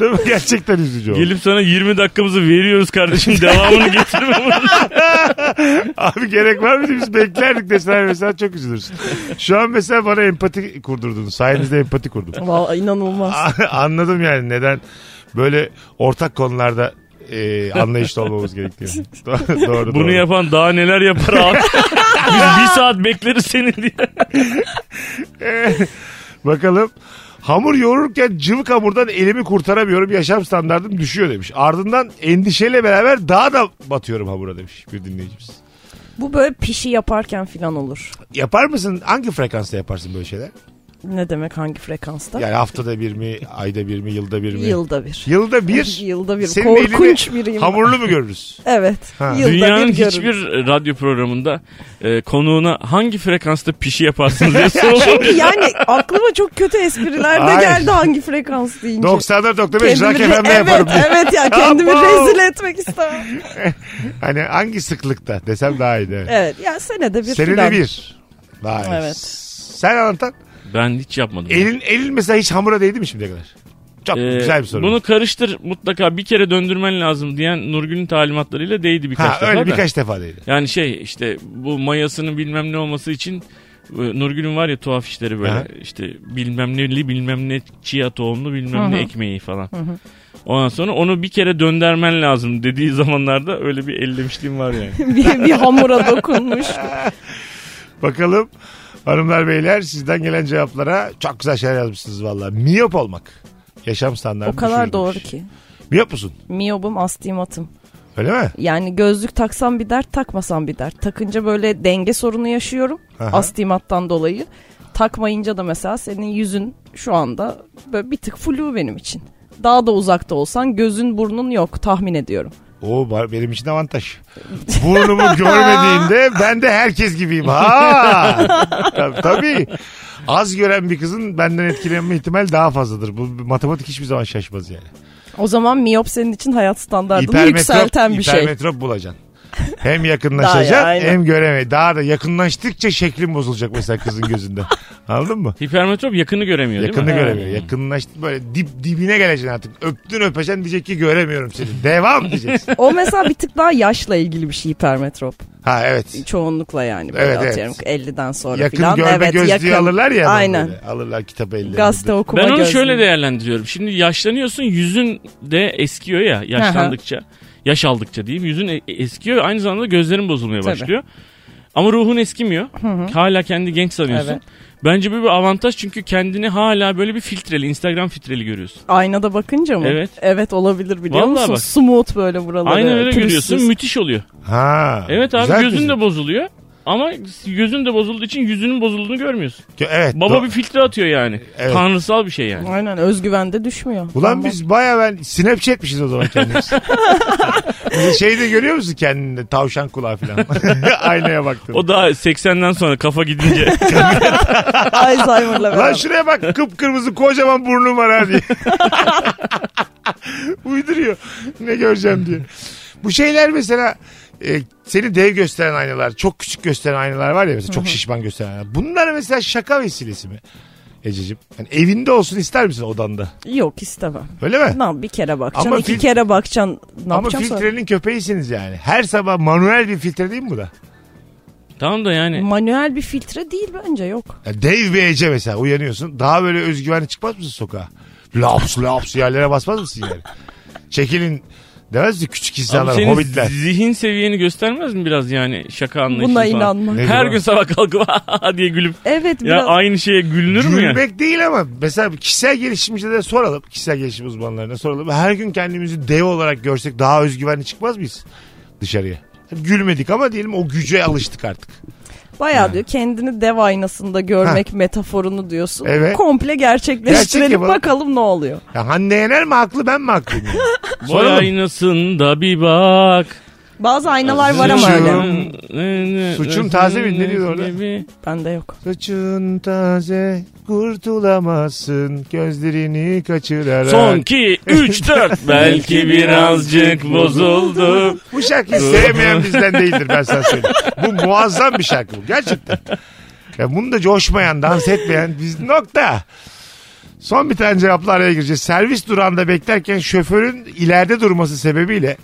Speaker 3: Değil mi? Gerçekten üzücü oldu.
Speaker 5: Gelip sana 20 dakikamızı veriyoruz kardeşim devamını getirme bunu.
Speaker 3: Abi gerek var mıydı biz beklerdik deseler mesela çok üzülürsün. Şu an mesela bana empati kurdurdunuz. Sayenizde empati kurdum.
Speaker 4: Vallahi inanılmaz.
Speaker 3: A- Anladım yani neden böyle ortak konularda e, anlayışlı olmamız gerektiğini. doğru, doğru.
Speaker 5: Bunu
Speaker 3: doğru.
Speaker 5: yapan daha neler yapar abi. Biz bir saat bekleriz seni diye.
Speaker 3: Bakalım. Hamur yoğururken cıvık hamurdan elimi kurtaramıyorum. Yaşam standartım düşüyor demiş. Ardından endişeyle beraber daha da batıyorum hamura demiş bir dinleyicimiz.
Speaker 4: Bu böyle pişi yaparken filan olur.
Speaker 3: Yapar mısın? Hangi frekansta yaparsın böyle şeyler?
Speaker 4: Ne demek hangi frekansta?
Speaker 3: Yani haftada bir mi, ayda bir mi, yılda bir mi?
Speaker 4: Yılda bir.
Speaker 3: Yılda bir.
Speaker 4: Yılda bir.
Speaker 3: Senin
Speaker 4: Korkunç
Speaker 3: elini
Speaker 4: biriyim.
Speaker 3: Hamurlu mu görürüz?
Speaker 4: Evet.
Speaker 3: Ha.
Speaker 4: Yılda
Speaker 5: Dünyanın
Speaker 4: bir görürüm.
Speaker 5: hiçbir radyo programında e, konuğuna hangi frekansta pişi yaparsınız diye sorulmuş.
Speaker 4: Yani aklıma çok kötü espriler de
Speaker 3: Hayır.
Speaker 4: geldi hangi frekans deyince.
Speaker 3: 94.5 Rock
Speaker 4: Kendimi-
Speaker 3: FM'de
Speaker 4: evet,
Speaker 3: yaparım.
Speaker 4: evet ya kendimi
Speaker 3: Yapma.
Speaker 4: rezil etmek istemem.
Speaker 3: Hani hangi sıklıkta desem daha iyi. Evet.
Speaker 4: Evet ya senede bir
Speaker 3: Senede
Speaker 4: filan.
Speaker 3: bir. Vay.
Speaker 4: Evet.
Speaker 3: Sen anlatan.
Speaker 5: Ben hiç yapmadım.
Speaker 3: Elin, elin mesela hiç hamura değdi mi şimdiye kadar? Çok
Speaker 5: Ee,
Speaker 3: güzel bir soru.
Speaker 5: Bunu karıştır mutlaka bir kere döndürmen lazım diyen Nurgül'ün talimatlarıyla değdi birkaç
Speaker 3: ha,
Speaker 5: defa
Speaker 3: öyle
Speaker 5: da.
Speaker 3: birkaç defa değdi.
Speaker 5: Yani şey işte bu mayasının bilmem ne olması için e, Nurgül'ün var ya tuhaf işleri böyle
Speaker 3: Aha.
Speaker 5: işte bilmem neli bilmem ne chia tohumlu bilmem
Speaker 4: Hı
Speaker 5: ne
Speaker 4: hı.
Speaker 5: ekmeği falan. Ondan sonra onu bir kere döndürmen lazım dediği zamanlarda öyle bir ellemişliğim var yani.
Speaker 4: bir, bir hamura dokunmuş.
Speaker 3: Bakalım hanımlar beyler sizden gelen cevaplara çok güzel şeyler yazmışsınız valla. Miyop olmak. Yaşam standartı
Speaker 4: o kadar
Speaker 3: düşürülmüş.
Speaker 4: doğru ki.
Speaker 3: Miyop musun?
Speaker 4: Miyobum astigmatım.
Speaker 3: Öyle mi?
Speaker 4: Yani gözlük taksam bir dert takmasam bir dert. Takınca böyle denge sorunu yaşıyorum.
Speaker 3: Aha.
Speaker 4: Astigmattan dolayı. Takmayınca da mesela senin yüzün şu anda böyle bir tık flu benim için. Daha da uzakta olsan gözün burnun yok tahmin ediyorum.
Speaker 3: Oo bar- benim için avantaj. Burnumu görmediğinde ben de herkes gibiyim. Ha! Tab- tabii. Az gören bir kızın benden etkilenme ihtimali daha fazladır. Bu matematik hiçbir zaman şaşmaz yani.
Speaker 4: O zaman miyop senin için hayat standartını
Speaker 3: Hipermetrop-
Speaker 4: yükselten bir şey.
Speaker 3: hipermetrop bulacaksın. Hem
Speaker 4: Daha ya,
Speaker 3: yakınlaşacaksın
Speaker 4: aynen.
Speaker 3: hem göreme. Daha da yakınlaştıkça şeklin bozulacak mesela kızın gözünde. Anladın mı?
Speaker 5: Hipermetrop yakını göremiyor
Speaker 3: Yakını
Speaker 5: değil mi?
Speaker 3: göremiyor. Yakınlaştı böyle dip, dibine geleceksin artık. Öptün öpeceksin diyecek ki göremiyorum seni. Devam diyeceksin.
Speaker 4: O mesela bir tık daha yaşla ilgili bir şey hipermetrop.
Speaker 3: Ha evet.
Speaker 4: Çoğunlukla yani böyle
Speaker 3: Evet, evet.
Speaker 4: atıyorum 50'den sonra
Speaker 3: Yakın
Speaker 4: filan.
Speaker 3: görme
Speaker 4: evet,
Speaker 3: gözlüğü
Speaker 4: yakın.
Speaker 3: alırlar ya. adam
Speaker 4: Aynen.
Speaker 3: böyle. Alırlar kitabı ellerinde.
Speaker 4: Gazete okuma
Speaker 5: Ben onu
Speaker 4: gözlüğü.
Speaker 5: şöyle değerlendiriyorum. Şimdi yaşlanıyorsun yüzün de eskiyor ya e, yaşlandıkça. Yaş aldıkça diyeyim yüzün e- eskiyor aynı zamanda gözlerin bozulmaya
Speaker 4: Tabii.
Speaker 5: başlıyor. Ama ruhun eskimiyor. Hala kendi genç sanıyorsun.
Speaker 4: Evet.
Speaker 5: Bence bu bir avantaj çünkü kendini hala böyle bir filtreli, Instagram filtreli görüyorsun.
Speaker 4: Aynada bakınca mı?
Speaker 5: Evet.
Speaker 4: Evet olabilir biliyor
Speaker 5: Vallahi
Speaker 4: musun?
Speaker 5: bak.
Speaker 4: Smooth böyle buraları.
Speaker 5: Aynen öyle
Speaker 4: pürüzsüz.
Speaker 5: görüyorsun, müthiş oluyor.
Speaker 3: Ha.
Speaker 5: Evet abi
Speaker 3: güzel
Speaker 5: gözün
Speaker 3: kızım.
Speaker 5: de bozuluyor. Ama gözün de bozulduğu için yüzünün bozulduğunu görmüyorsun.
Speaker 3: Gö- Evet.
Speaker 5: Baba
Speaker 3: do-
Speaker 5: bir filtre atıyor yani.
Speaker 3: Evet.
Speaker 5: Tanrısal bir şey yani.
Speaker 4: Aynen özgüvende düşmüyor.
Speaker 3: Ulan
Speaker 4: Tamam.
Speaker 3: biz baya ben Snapchat'mişiz o zaman kendimiz. Bir şey de görüyor musun kendinde tavşan kulağı falan. Aynaya baktın.
Speaker 5: O daha 80'den sonra kafa gidince
Speaker 3: Lan
Speaker 4: Alzheimer'la beraber.
Speaker 3: şuraya bak kıpkırmızı kocaman burnum var ha diye. Uyduruyor. Ne göreceğim diye. Bu şeyler mesela e, seni dev gösteren aynalar, çok küçük gösteren aynalar var ya mesela çok şişman gösteren aynalar. Bunlar mesela şaka vesilesi mi? Ececiğim. Yani evinde olsun ister misin odanda?
Speaker 4: Yok istemem.
Speaker 3: Öyle mi?
Speaker 4: Ne yap- bir kere bakacaksın,
Speaker 3: Ama
Speaker 4: iki
Speaker 3: fil-
Speaker 4: kere bakacaksın. Ne
Speaker 3: Ama
Speaker 4: yapacaksın sonra?
Speaker 3: filtrenin köpeğisiniz yani. Her sabah manuel bir filtre değil mi bu da?
Speaker 5: Tamam da yani
Speaker 4: Manuel bir filtre değil bence yok.
Speaker 3: Ya dev bir Ece mesela uyanıyorsun. Daha böyle özgüvenli çıkmaz mısın sokağa? Laps laps yerlere basmaz mısın yani? Çekilin demez mi küçük
Speaker 5: abi
Speaker 3: insanlar,
Speaker 5: senin
Speaker 3: hobbitler.
Speaker 5: zihin seviyeni göstermez mi biraz yani şaka anlayışını
Speaker 4: Buna
Speaker 5: falan?
Speaker 4: inanma.
Speaker 3: Ne
Speaker 5: Her
Speaker 3: güzel.
Speaker 5: gün sabah kalkıp "Aa!" diye gülüp
Speaker 4: Evet
Speaker 5: ya
Speaker 4: biraz.
Speaker 5: aynı şeye gülünür mü ya?
Speaker 3: Gülmek değil ama mesela kişisel gelişimcilere soralım. Kişisel gelişim uzmanlarına soralım. Her gün kendimizi dev olarak görsek daha özgüvenli çıkmaz mıyız dışarıya? Hep Gülmedik ama diyelim o güce alıştık artık.
Speaker 4: Bayağı diyor kendini dev aynasında görmek metaforunu diyorsun.
Speaker 3: Evet.
Speaker 4: Komple
Speaker 3: Gerçek
Speaker 4: gerçekleştirelim
Speaker 3: yapalım.
Speaker 4: bakalım ne oluyor.
Speaker 3: Ya Hande Yener mi haklı ben mi haklıyım? yani?
Speaker 5: Boy aynasında bir bak.
Speaker 4: Bazı aynalar var ama öyle.
Speaker 5: öyle.
Speaker 3: Suçum taze mi? Ne diyor orada?
Speaker 4: Bende yok.
Speaker 3: Saçın taze kurtulamazsın gözlerini kaçırarak.
Speaker 5: Son 2, 3, 4. Belki birazcık bozuldu.
Speaker 3: Bu şarkıyı sevmeyen bizden değildir ben sana söyleyeyim. Bu muazzam bir şarkı bu gerçekten. Ya bunu da coşmayan, dans etmeyen biz nokta. Son bir tane cevapla araya gireceğiz. Servis durağında beklerken şoförün ileride durması sebebiyle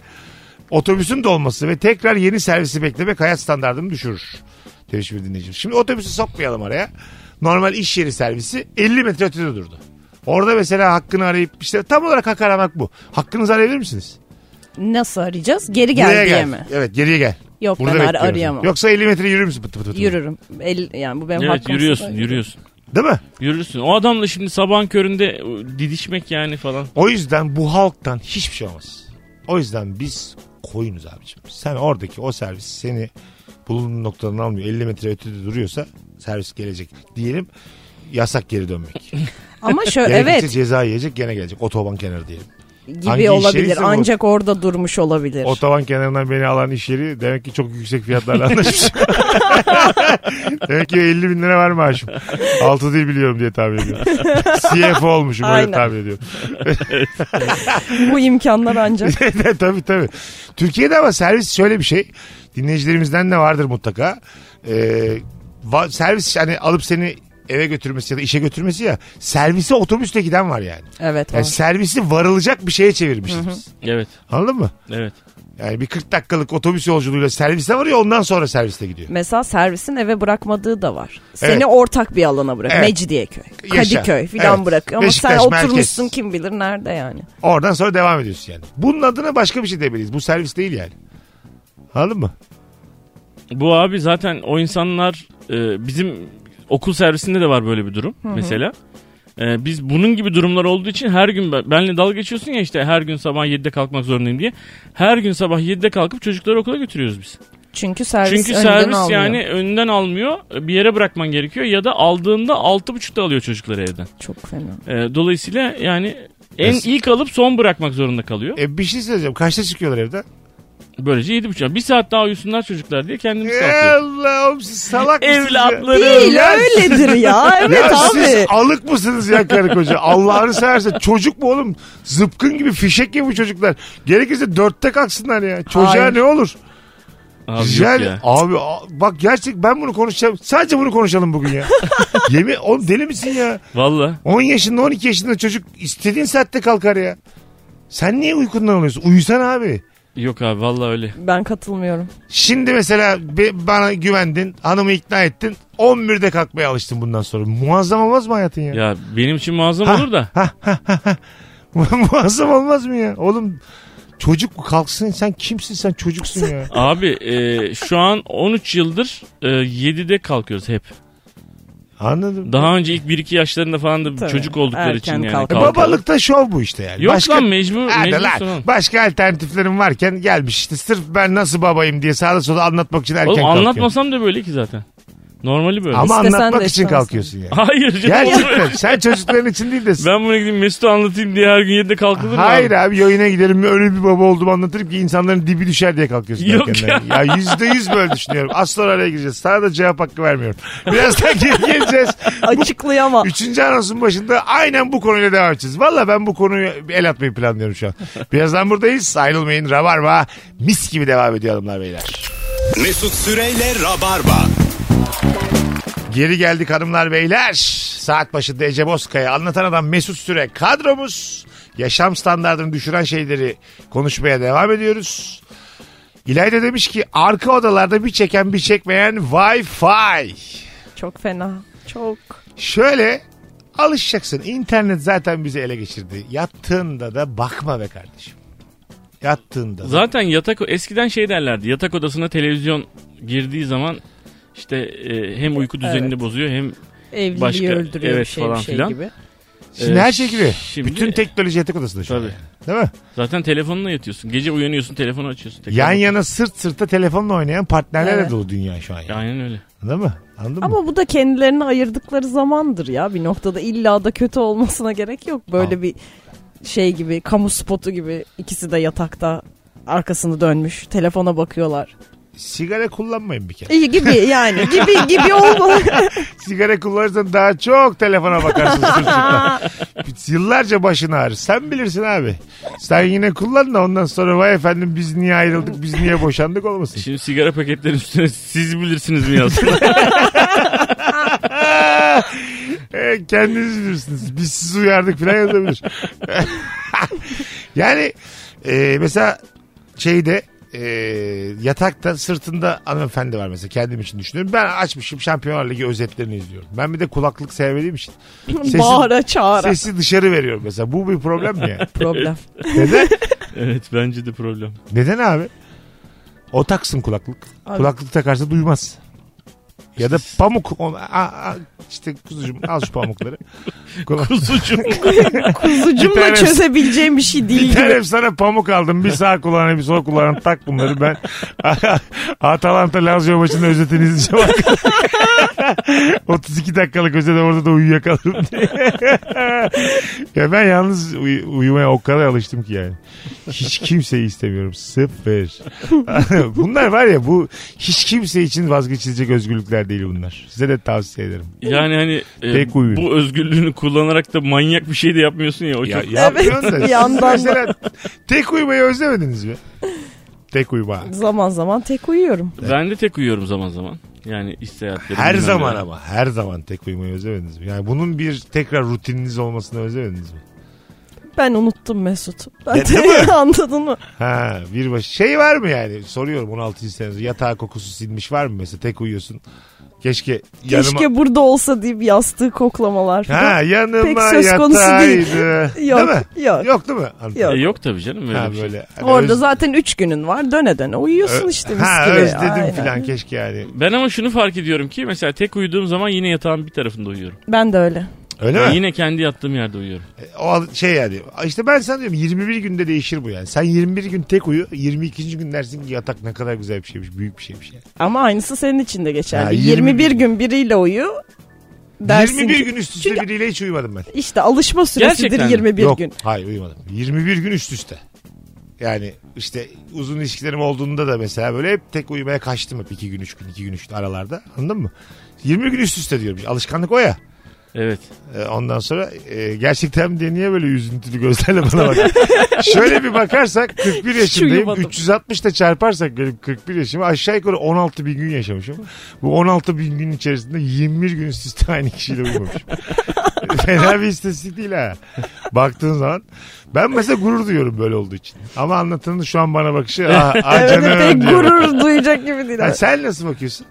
Speaker 3: otobüsün dolması ve tekrar yeni servisi beklemek hayat standartını düşürür. Teşekkür dinleyicim. Şimdi otobüsü sokmayalım araya. Normal iş yeri servisi 50 metre ötede durdu. Orada mesela hakkını arayıp işte tam olarak hak aramak bu. Hakkınızı arayabilir misiniz?
Speaker 4: Nasıl arayacağız? Geri
Speaker 3: Buraya
Speaker 4: gel diye mi?
Speaker 3: Evet geriye gel.
Speaker 4: Yok
Speaker 3: Burada
Speaker 4: ben ar-
Speaker 3: bekliyoruz.
Speaker 4: arayamam.
Speaker 3: Yoksa 50 metre yürür müsün? Pıtı pıtı pıtı?
Speaker 4: Yürürüm. El, yani bu benim
Speaker 5: Evet
Speaker 4: hakkım.
Speaker 5: yürüyorsun yürüyorsun.
Speaker 3: Değil mi?
Speaker 5: Yürürsün. O adamla şimdi sabahın köründe ıı, didişmek yani falan.
Speaker 3: O yüzden bu halktan hiçbir şey olmaz. O yüzden biz koyunuz abicim. Sen oradaki o servis seni bulunduğun noktadan almıyor. 50 metre ötede duruyorsa servis gelecek. Diyelim yasak geri dönmek.
Speaker 4: Ama şöyle
Speaker 3: Gerekirse
Speaker 4: evet
Speaker 3: ceza yiyecek gene gelecek. Otoban kenarı diyelim.
Speaker 4: gibi
Speaker 3: Hangi
Speaker 4: olabilir.
Speaker 3: işleriyse bu-
Speaker 4: Ancak orada durmuş olabilir.
Speaker 3: Otoban kenarından beni alan iş yeri demek ki çok yüksek fiyatlarla anlaşmış. demek ki 50 bin lira var maaşım. Altı dil biliyorum diye tahmin ediyorum. CFO olmuşum öyle
Speaker 4: Aynen.
Speaker 3: tahmin ediyorum.
Speaker 4: bu imkanlar ancak.
Speaker 3: tabii tabii. Türkiye'de ama servis şöyle bir şey. Dinleyicilerimizden de vardır mutlaka. Ee, va- servis hani alıp seni eve götürmesi ya da işe götürmesi ya. Servise otobüsle giden var yani.
Speaker 4: Evet.
Speaker 3: Yani
Speaker 4: var.
Speaker 3: servisi varılacak bir şeye çevirmişiz biz.
Speaker 5: Evet.
Speaker 3: Anladın mı?
Speaker 5: Evet.
Speaker 3: Yani bir 40 dakikalık otobüs yolculuğuyla servise varıyor ondan sonra serviste gidiyor.
Speaker 4: Mesela servisin eve bırakmadığı da var. Seni
Speaker 3: Evet.
Speaker 4: ortak bir alana bırak.
Speaker 3: Evet.
Speaker 4: Mecidiyeköy,
Speaker 3: Yaşa.
Speaker 4: Kadıköy filan
Speaker 3: Evet.
Speaker 4: bırakıyor. Ama
Speaker 3: Beşiktaş,
Speaker 4: sen oturmuşsun
Speaker 3: merkez.
Speaker 4: kim bilir nerede yani.
Speaker 3: Oradan sonra devam ediyorsun yani. Bunun adına başka bir şey demeliyiz. Bu servis değil yani. Anladın mı?
Speaker 5: Bu abi zaten o insanlar e, bizim okul servisinde de var böyle bir durum mesela. E, biz bunun gibi durumlar olduğu için her gün ben- benle dalga geçiyorsun ya işte her gün sabah 7'de kalkmak zorundayım diye. Her gün sabah 7'de kalkıp çocukları okula götürüyoruz biz.
Speaker 4: Çünkü servis
Speaker 5: Çünkü
Speaker 4: önden
Speaker 5: servis
Speaker 4: almıyor.
Speaker 5: yani önden almıyor. Bir yere bırakman gerekiyor ya da aldığında 6.30'da alıyor çocukları evden.
Speaker 4: Çok fena.
Speaker 5: E, dolayısıyla yani en
Speaker 3: Es-
Speaker 5: ilk alıp son bırakmak zorunda kalıyor.
Speaker 3: E bir şey söyleyeceğim. Kaçta çıkıyorlar evden?
Speaker 5: Böylece 7.30. Bir saat daha uyusunlar çocuklar diye
Speaker 3: E-
Speaker 5: kendimiz kalkıyoruz.
Speaker 3: Allah'ım siz salak mısınız ya?
Speaker 5: Evlatlarım.
Speaker 4: Değil öyledir ya. Evet
Speaker 3: ya
Speaker 4: abi.
Speaker 3: siz alık mısınız ya karı koca? Allah'ını seversen çocuk mu oğlum? Zıpkın gibi fişek gibi bu çocuklar. Gerekirse dörtte kalksınlar ya. Çocuğa
Speaker 4: Hayır.
Speaker 3: ne olur?
Speaker 5: Abi yok
Speaker 3: yani,
Speaker 5: ya.
Speaker 3: abi a- bak gerçek ben bunu konuşacağım. Sadece bunu konuşalım bugün ya. Yemin oğlum deli misin ya?
Speaker 5: Valla.
Speaker 3: 10 yaşında 12 yaşında çocuk istediğin saatte kalkar ya. Sen niye uykundan alıyorsun? Uyusan abi.
Speaker 5: Yok abi valla öyle.
Speaker 4: Ben katılmıyorum.
Speaker 3: Şimdi mesela be- bana güvendin, hanımı ikna ettin. 11'de kalkmaya alıştın bundan sonra. Muazzam olmaz mı hayatın ya?
Speaker 5: Ya benim için muazzam olur da.
Speaker 3: Muazzam olmaz mı ya? Oğlum Çocuk mu kalksın sen kimsin sen çocuksun ya.
Speaker 5: Abi e, şu an 13 yıldır e, 7'de kalkıyoruz hep.
Speaker 3: Anladım.
Speaker 5: Daha önce ilk 1-2 yaşlarında falan da
Speaker 4: Tabii,
Speaker 5: çocuk oldukları için
Speaker 4: erken
Speaker 5: yani.
Speaker 4: kalkan.
Speaker 3: E,
Speaker 5: kalkan.
Speaker 3: babalıkta şov bu işte yani.
Speaker 5: Yok lan mecbur.
Speaker 3: Hadi
Speaker 5: mecbur
Speaker 3: lan.
Speaker 5: sorun.
Speaker 3: Başka alternatiflerim varken gelmiş işte sırf ben nasıl babayım diye sağda sola anlatmak için erken
Speaker 5: Oğlum
Speaker 3: kalkıyorum.
Speaker 5: anlatmasam da böyle ki zaten. Normali böyle.
Speaker 3: Ama
Speaker 4: İstesen de
Speaker 3: anlatmak için
Speaker 4: istemezsin.
Speaker 3: kalkıyorsun yani.
Speaker 5: Hayır canım.
Speaker 3: Gerçekten sen çocukların için değil de
Speaker 5: Ben buna gideyim Mesut'u anlatayım diye her gün 7'de kalkılır mı?
Speaker 3: Hayır
Speaker 5: abi?
Speaker 3: abi yayına giderim öyle bir baba olduğumu anlatırım ki insanların dibi düşer diye kalkıyorsun.
Speaker 5: Yok
Speaker 3: erkenden. Ya yüzde yüz böyle düşünüyorum. Az sonra araya gireceğiz. Sana da cevap hakkı vermiyorum. Birazdan geri geleceğiz.
Speaker 4: Açıklayamam.
Speaker 3: Üçüncü anonsun başında aynen bu konuyla devam edeceğiz. Valla ben bu konuyu el atmayı planlıyorum şu an. Birazdan buradayız. Ayrılmayın. Rabarba mis gibi devam ediyor hanımlar beyler.
Speaker 2: Mesut Süreyle Rabarba.
Speaker 3: Geri geldik hanımlar beyler. Saat başında Ece Bozkaya anlatan adam Mesut Süre kadromuz. Yaşam standartını düşüren şeyleri konuşmaya devam ediyoruz. İlayda demiş ki arka odalarda bir çeken bir çekmeyen Wi-Fi.
Speaker 4: Çok fena. Çok.
Speaker 3: Şöyle alışacaksın. İnternet zaten bizi ele geçirdi. Yattığında da bakma be kardeşim. Yattığında. da.
Speaker 5: Zaten yatak eskiden şey derlerdi. Yatak odasına televizyon girdiği zaman işte e, hem uyku düzenini
Speaker 4: Evet.
Speaker 5: bozuyor hem
Speaker 4: Evliliği
Speaker 5: Başka-
Speaker 4: öldürüyor bir
Speaker 5: evet
Speaker 4: şey
Speaker 5: falan
Speaker 4: bir şey
Speaker 5: filan.
Speaker 4: gibi.
Speaker 3: Şimdi
Speaker 5: e,
Speaker 3: her şey gibi.
Speaker 5: şimdi-
Speaker 3: Bütün teknoloji yatak odasında şu an.
Speaker 5: Tabii.
Speaker 3: Değil mi?
Speaker 5: zaten telefonla yatıyorsun. Gece uyanıyorsun telefonu açıyorsun. Tekrar
Speaker 3: Yan yana sırt sırta telefonla oynayan partnerlerle
Speaker 4: Evet.
Speaker 3: dolu dünya şu an. Yani.
Speaker 5: Aynen öyle.
Speaker 3: Anladın mı? Anladın mı?
Speaker 4: Ama bu da kendilerini ayırdıkları zamandır ya. Bir noktada illa da kötü olmasına gerek yok. Böyle bir şey gibi kamu spotu gibi ikisi de yatakta arkasını dönmüş telefona bakıyorlar.
Speaker 3: Sigara kullanmayın bir kere.
Speaker 4: İyi gibi yani gibi gibi olmalı.
Speaker 3: Sigara kullanırsan daha çok telefona bakarsın sırt sırta. Yıllarca başın ağrır. Sen bilirsin abi. Sen yine kullan da ondan sonra vay efendim biz niye ayrıldık biz niye boşandık olmasın.
Speaker 5: Şimdi sigara paketlerinin üstüne siz bilirsiniz mi yazsın?
Speaker 3: E, kendiniz bilirsiniz. Biz sizi uyardık falan yazabilir. yani e, mesela şeyde e, yatakta sırtında hanımefendi var mesela kendim için düşünüyorum. Ben açmışım Şampiyonlar Ligi özetlerini izliyorum. Ben bir de kulaklık sevmediğim için. Sesi,
Speaker 4: Bağıra çağıra.
Speaker 3: sesi dışarı veriyorum mesela. Bu bir problem mi yani?
Speaker 4: Problem.
Speaker 3: Neden?
Speaker 5: evet bence de problem.
Speaker 3: Neden abi? O taksın kulaklık.
Speaker 4: Abi.
Speaker 3: Kulaklık takarsa duymaz. Ya da pamuk. O- a- a- işte kuzucuğum al şu pamukları. Kulak-
Speaker 5: Kuzucuğum.
Speaker 3: Bir
Speaker 4: Kuzucumla
Speaker 3: tanesi-
Speaker 4: çözebileceğim bir şey değil
Speaker 3: Bir
Speaker 4: gibi.
Speaker 3: tane sana pamuk aldım. Bir sağ kulağına bir sol kulağına tak bunları. Ben Atalanta Lazio maçının özetini izleyeceğim. 32 dakikalık özet orada da uyuyakalırım diye. ya ben yalnız uy- uyumaya o kadar alıştım ki yani. Hiç kimseyi istemiyorum. Sıfır. bunlar var ya bu hiç kimse için vazgeçilecek özgürlükler değil bunlar. Size de tavsiye ederim.
Speaker 5: Yani hani e,
Speaker 3: Tek uyuyun.
Speaker 5: bu özgürlüğünü kullanarak da manyak bir şey de yapmıyorsun ya. O
Speaker 3: Ya,
Speaker 5: çok...
Speaker 3: yapmıyorsun
Speaker 4: Evet,
Speaker 3: da
Speaker 4: bir
Speaker 3: siz
Speaker 4: yandan da.
Speaker 3: mesela tek uyumayı özlemediniz mi? Tek uyuma.
Speaker 4: Zaman zaman tek uyuyorum.
Speaker 5: Ben de tek uyuyorum zaman zaman. Yani iş seyahatleri.
Speaker 3: Her
Speaker 5: bilmem
Speaker 3: zaman
Speaker 5: ne.
Speaker 3: ama her zaman tek uyumayı özlemediniz mi? Yani bunun bir tekrar rutininiz olmasını özlemediniz mi?
Speaker 4: Ben unuttum Mesut. Ben
Speaker 3: değil mi?
Speaker 4: anladın mı?
Speaker 3: Ha bir baş şey var mı yani soruyorum 16. senede yatağı kokusu silmiş var mı mesela tek uyuyorsun. Keşke yanıma
Speaker 4: Keşke burada olsa deyip yastığı koklamalar falan.
Speaker 3: ha yanıma
Speaker 4: Pek söz konusu
Speaker 3: yataydı. Değil.
Speaker 4: Yok,
Speaker 3: mi?
Speaker 4: yok.
Speaker 3: Yok değil mi? hanımefendi?
Speaker 5: E,
Speaker 4: Yok.
Speaker 5: yok tabii canım öyle
Speaker 3: Ha
Speaker 5: bir şey.
Speaker 3: böyle. hani
Speaker 4: Orada
Speaker 3: öz-
Speaker 4: zaten 3 günün var. Döne döne uyuyorsun
Speaker 3: ö-
Speaker 4: işte mis
Speaker 3: Ha
Speaker 4: gibi.
Speaker 3: özledim
Speaker 4: Aynen.
Speaker 3: filan keşke yani.
Speaker 5: Ben ama şunu fark ediyorum ki mesela tek uyuduğum zaman yine yatağın bir tarafında uyuyorum.
Speaker 4: Ben de öyle.
Speaker 3: Öyle
Speaker 5: Yani
Speaker 3: mi?
Speaker 5: yine kendi yattığım yerde uyuyorum.
Speaker 3: O al- şey yani işte ben sana diyorum 21 günde değişir bu yani. Sen 21 gün tek uyu 22. gün dersin ki yatak ne kadar güzel bir şeymiş büyük bir şeymiş yani.
Speaker 4: Ama aynısı senin için de geçerli.
Speaker 3: Ha,
Speaker 4: 21 gün biriyle uyu dersin
Speaker 3: 21
Speaker 4: ki-
Speaker 3: gün üst üste
Speaker 4: Çünkü
Speaker 3: biriyle hiç uyumadım ben.
Speaker 4: işte alışma süresidir
Speaker 5: Gerçekten mi?
Speaker 4: 21
Speaker 3: Yok
Speaker 4: gün.
Speaker 3: hayır uyumadım. 21 gün üst üste. Yani işte uzun ilişkilerim olduğunda da mesela böyle hep tek uyumaya kaçtım hep 2 gün 3 gün 2 gün 3 gün aralarda anladın mı? 20 gün üst üste diyorum. Alışkanlık o ya.
Speaker 5: Evet.
Speaker 3: Ee, Ondan sonra e, gerçekten diye niye böyle üzüntülü gözlerle bana bakar? Şöyle bir bakarsak 41 yaşındayım.
Speaker 4: uyumadım.
Speaker 3: 360 da çarparsak benim 41 yaşımı aşağı yukarı 16 bin gün yaşamışım. Bu 16 bin gün içerisinde 21 gün üst üste aynı kişiyle uyumamışım. Fena bir istatistik değil ha. Baktığın zaman. Ben mesela gurur duyuyorum böyle olduğu için. Ama anlatanın şu an bana bakışı ah, ah
Speaker 4: Evet
Speaker 3: canım
Speaker 4: pek
Speaker 3: diyor.
Speaker 4: gurur duyacak gibi değil.
Speaker 3: Ha, sen nasıl bakıyorsun?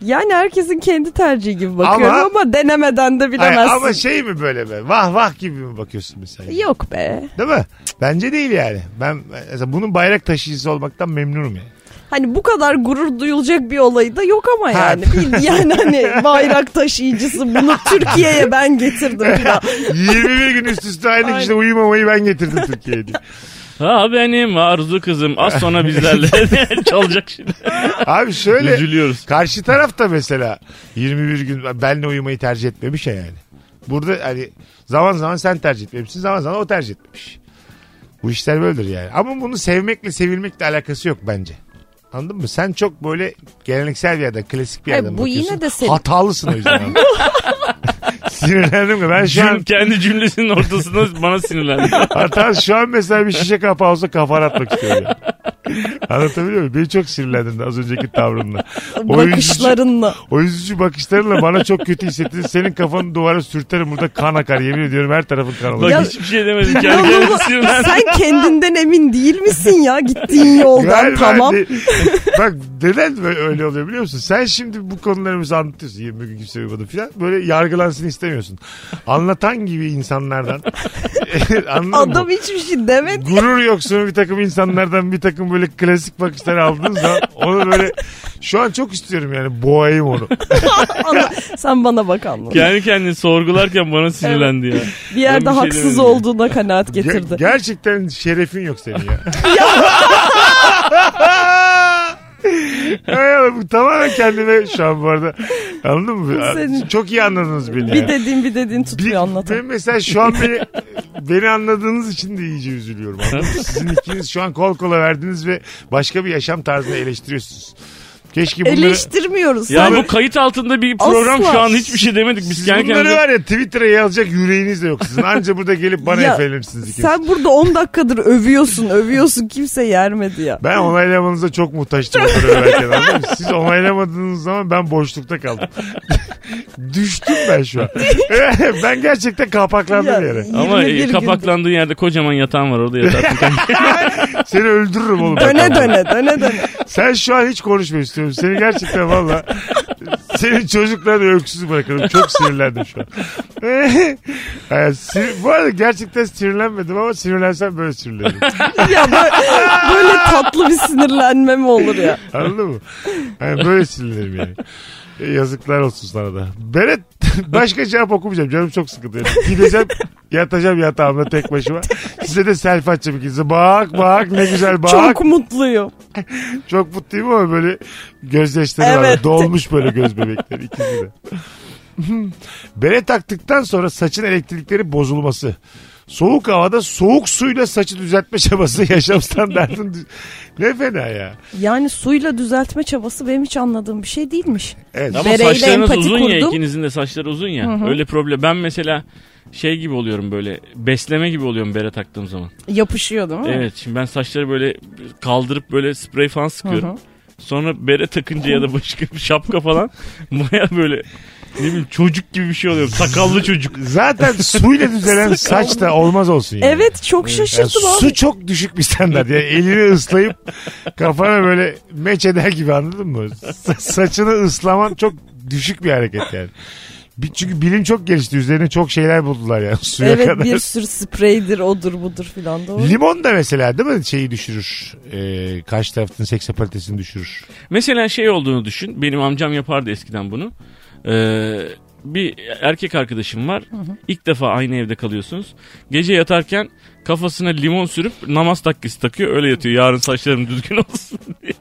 Speaker 4: Yani herkesin kendi tercihi gibi bakıyorum ama,
Speaker 3: Ama-
Speaker 4: denemeden de
Speaker 3: Ay,
Speaker 4: bilemezsin.
Speaker 3: ama şey mi böyle be? Vah vah gibi mi bakıyorsun mesela?
Speaker 4: Yok be.
Speaker 3: Değil mi? Bence değil yani. Ben mesela bunun bayrak taşıyıcısı olmaktan memnunum yani.
Speaker 4: Hani bu kadar gurur duyulacak bir olayı da yok ama
Speaker 3: Ha.
Speaker 4: yani. Bil- yani hani bayrak taşıyıcısı bunu Türkiye'ye ben getirdim falan.
Speaker 3: 21 gün üst üste aynı kişide uyumamayı ben getirdim Türkiye'ye diye.
Speaker 5: Ha benim Arzu kızım az sonra bizlerle çalacak şimdi.
Speaker 3: Abi şöyle
Speaker 5: Üzülüyoruz.
Speaker 3: karşı taraf da mesela 21 gün benle uyumayı tercih etmemiş ya yani. Burada hani zaman zaman sen tercih etmemişsin zaman zaman o tercih etmemiş. Bu işler böyledir yani. Ama bunu sevmekle sevilmekle alakası yok bence. Anladın mı? Sen çok böyle geleneksel bir yerden, klasik bir
Speaker 4: Hayır,
Speaker 3: yerden
Speaker 4: bu
Speaker 3: bakıyorsun.
Speaker 4: yine de senin-
Speaker 3: Hatalısın o yüzden. abi. Sinirlendim mi? Ben şu
Speaker 5: Cüm
Speaker 3: an
Speaker 5: kendi cümlesinin ortasında bana sinirlendi.
Speaker 3: Hatta şu an mesela bir şişe kapağı olsa kafana atmak istiyorum. yani. Anlatabiliyor muyum? Beni çok sinirlendin az önceki tavrınla. Oyuncu,
Speaker 4: Bakışlarınla.
Speaker 3: o yüzücü bakışlarınla bana çok kötü hissettin. Senin kafanı duvara sürterim burada kan akar. Yemin ediyorum her tarafın kan olur.
Speaker 5: Bak
Speaker 4: Ya-
Speaker 5: hiçbir şey demedim. Kendi
Speaker 4: Ya
Speaker 5: kendime
Speaker 4: baba,
Speaker 5: sinirlendi.
Speaker 4: sen kendinden emin değil misin ya gittiğin yoldan
Speaker 3: Galiba
Speaker 4: tamam.
Speaker 3: de- bak neden böyle öyle oluyor biliyor musun? Sen şimdi bu konularımızı anlatıyorsun. 20 gün kimse uyumadı falan. Böyle yargılansın istemiyorsun. Anlatan gibi insanlardan. Anladın mı?
Speaker 4: Adam hiçbir şey demedi.
Speaker 3: gurur yoksunu bir takım insanlardan bir takım böyle klasik bakışlar aldığın zaman onu böyle şu an çok istiyorum yani boğayım onu.
Speaker 4: Anla- sen bana bak anla.
Speaker 5: Kendi kendini sorgularken bana sinirlendi ya.
Speaker 4: Bir yerde
Speaker 5: Ben bir şey
Speaker 4: haksız
Speaker 5: demedim.
Speaker 4: olduğuna kanaat
Speaker 3: Ge-
Speaker 4: getirdi.
Speaker 3: gerçekten şerefin yok senin ya. Ay Allah, bu tamamen kendime şu an bu arada. Anladın mı?
Speaker 4: Senin-
Speaker 3: Çok iyi anladınız beni.
Speaker 4: bir
Speaker 3: ya.
Speaker 4: dediğin bir dediğin
Speaker 3: Bir,
Speaker 4: tutmuyor anlatan.
Speaker 3: ben mesela şu an beni, beni anladığınız için de iyice üzülüyorum. anladın mı? Sizin ikiniz şu an kol kola verdiniz ve başka bir yaşam tarzını eleştiriyorsunuz. Keşke bunları...
Speaker 4: Eleştirmiyoruz.
Speaker 5: Ya
Speaker 4: Sen-
Speaker 5: bu kayıt altında bir program
Speaker 4: Asla.
Speaker 5: şu an hiçbir şey demedik. Biz
Speaker 3: Siz
Speaker 5: kendi
Speaker 3: bunları
Speaker 5: kendimize...
Speaker 3: var ya Twitter'a yazacak yüreğiniz de yok sizin. Anca burada gelip bana
Speaker 4: Ya,
Speaker 3: efelirsiniz ikiniz.
Speaker 4: Sen burada 10 dakikadır övüyorsun övüyorsun kimse yermedi ya.
Speaker 3: Ben onaylamanıza çok muhtaçtım. o kadar överken, anladın mı? Siz onaylamadığınız zaman ben boşlukta kaldım. Düştüm ben şu an. ben gerçekten
Speaker 4: Ya,
Speaker 3: kapaklandım yere.
Speaker 5: Ama e,
Speaker 4: 21 gündür.
Speaker 5: kapaklandığın yerde kocaman yatağın var orada yatarsın.
Speaker 3: Seni öldürürüm oğlum.
Speaker 4: Döne döne döne döne.
Speaker 3: Sen şu an hiç konuşma istiyorum. Seni gerçekten valla seni çocuklarla öksüz bırakırım. Çok sinirlendim şu an. Yani sinir- bu arada gerçekten sinirlenmedim ama sinirlensem böyle sinirlenirim.
Speaker 4: Ya böyle, böyle tatlı bir sinirlenme mi olur ya?
Speaker 3: Anladın mı? Yani böyle sinirlerim yani. E, Yazıklar olsun sana da. Beret başka cevap okumayacağım. Canım çok sıkıldı. Yani. Gideceğim yatacağım yatağımda tek başıma. Size de selfie atacağım ikinize. Bak bak ne güzel bak. Çok,
Speaker 4: Çok mutluyum.
Speaker 3: mutluyum ama böyle gözyaşları
Speaker 4: Evet.
Speaker 3: var. Dolmuş böyle göz bebekleri ikisi de. Bere taktıktan sonra saçın elektrikleri bozulması. Soğuk havada soğuk suyla saçı düzeltme çabası yaşam standartın dü- ne fena ya.
Speaker 4: Yani suyla düzeltme çabası benim hiç anladığım bir şey değilmiş.
Speaker 3: Evet.
Speaker 5: Ama
Speaker 4: Bereyle
Speaker 5: saçlarınız
Speaker 4: empati
Speaker 5: uzun ya
Speaker 4: kurdum.
Speaker 5: ikinizin de saçları uzun ya. Öyle problem. Ben mesela şey gibi oluyorum böyle besleme gibi oluyorum bere taktığım zaman.
Speaker 4: Yapışıyor değil mi?
Speaker 5: Evet şimdi ben saçları böyle kaldırıp böyle sprey falan sıkıyorum.
Speaker 4: Hı hı.
Speaker 5: Sonra bere takınca ya da başka bir şapka falan baya böyle ne bileyim çocuk gibi bir şey oluyor. Sakallı çocuk.
Speaker 3: Zaten suyla düzelen saç da olmaz olsun yani.
Speaker 4: Evet çok
Speaker 3: Yani
Speaker 4: şaşırdım abi.
Speaker 3: su çok düşük bir standart. Yani elini ıslayıp kafana böyle meç eder gibi anladın mı? Sa- saçını ıslaman çok düşük bir hareket yani. Bi- Çünkü bilim çok gelişti. Üzerine çok şeyler buldular yani suya
Speaker 4: Evet
Speaker 3: kadar.
Speaker 4: bir sürü spreydir odur budur filan doğru.
Speaker 3: Limon da mesela değil mi şeyi düşürür. Ee, karşı tarafın seksapalitesini düşürür.
Speaker 5: Mesela şey olduğunu düşün. Benim amcam yapardı eskiden bunu. Ee, bir erkek arkadaşım var. İlk defa aynı evde kalıyorsunuz. Gece yatarken kafasına limon sürüp namaz takkesi takıyor. Öyle yatıyor. Yarın saçlarım düzgün olsun diye.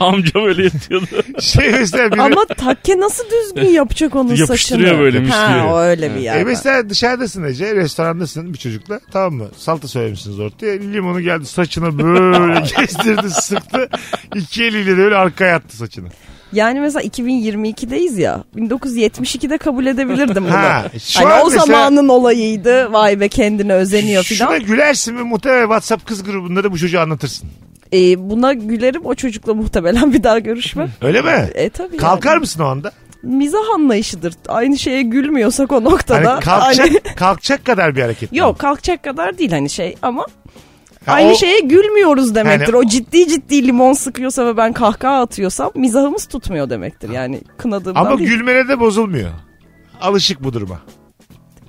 Speaker 5: Amcam öyle yatıyordu.
Speaker 3: Şey mesela biri...
Speaker 4: Ama takke nasıl düzgün yapacak onun saçını?
Speaker 5: Yapıştırıyor böyle misliyor.
Speaker 4: Ha o öyle bir yer.
Speaker 3: E mesela dışarıdasın Ece, restorandasın bir çocukla tamam mı? Salata söylemişsiniz ortaya. Limonu geldi saçına böyle kestirdi sıktı. İki eliyle de öyle arkaya attı saçını.
Speaker 4: Yani mesela 2022'deyiz ya. 1972'de kabul edebilirdim bunu.
Speaker 3: Ha, şu
Speaker 4: hani
Speaker 3: an
Speaker 4: o
Speaker 3: mesela-
Speaker 4: zamanın olayıydı. Vay be kendine özeniyor
Speaker 3: Şuna
Speaker 4: filan.
Speaker 3: gülersin ve muhtemelen WhatsApp kız grubunda da bu çocuğu anlatırsın.
Speaker 4: E, buna gülerim o çocukla muhtemelen bir daha görüşmem.
Speaker 3: Öyle mi?
Speaker 4: E tabii.
Speaker 3: Kalkar
Speaker 4: yani.
Speaker 3: mısın o anda?
Speaker 4: Mizah anlayışıdır. Aynı şeye gülmüyorsak o noktada.
Speaker 3: Hani kalkacak,
Speaker 4: Hani-
Speaker 3: kalkacak kadar bir hareket. mi?
Speaker 4: Yok kalkacak kadar değil hani şey ama
Speaker 3: Ha,
Speaker 4: Aynı
Speaker 3: o-
Speaker 4: şeye gülmüyoruz demektir.
Speaker 3: Yani o-
Speaker 4: o ciddi ciddi limon sıkıyorsa ve ben kahkaha atıyorsam mizahımız tutmuyor demektir. Yani kınadığımdan
Speaker 3: Ama
Speaker 4: değil.
Speaker 3: gülmene de bozulmuyor. Alışık bu duruma.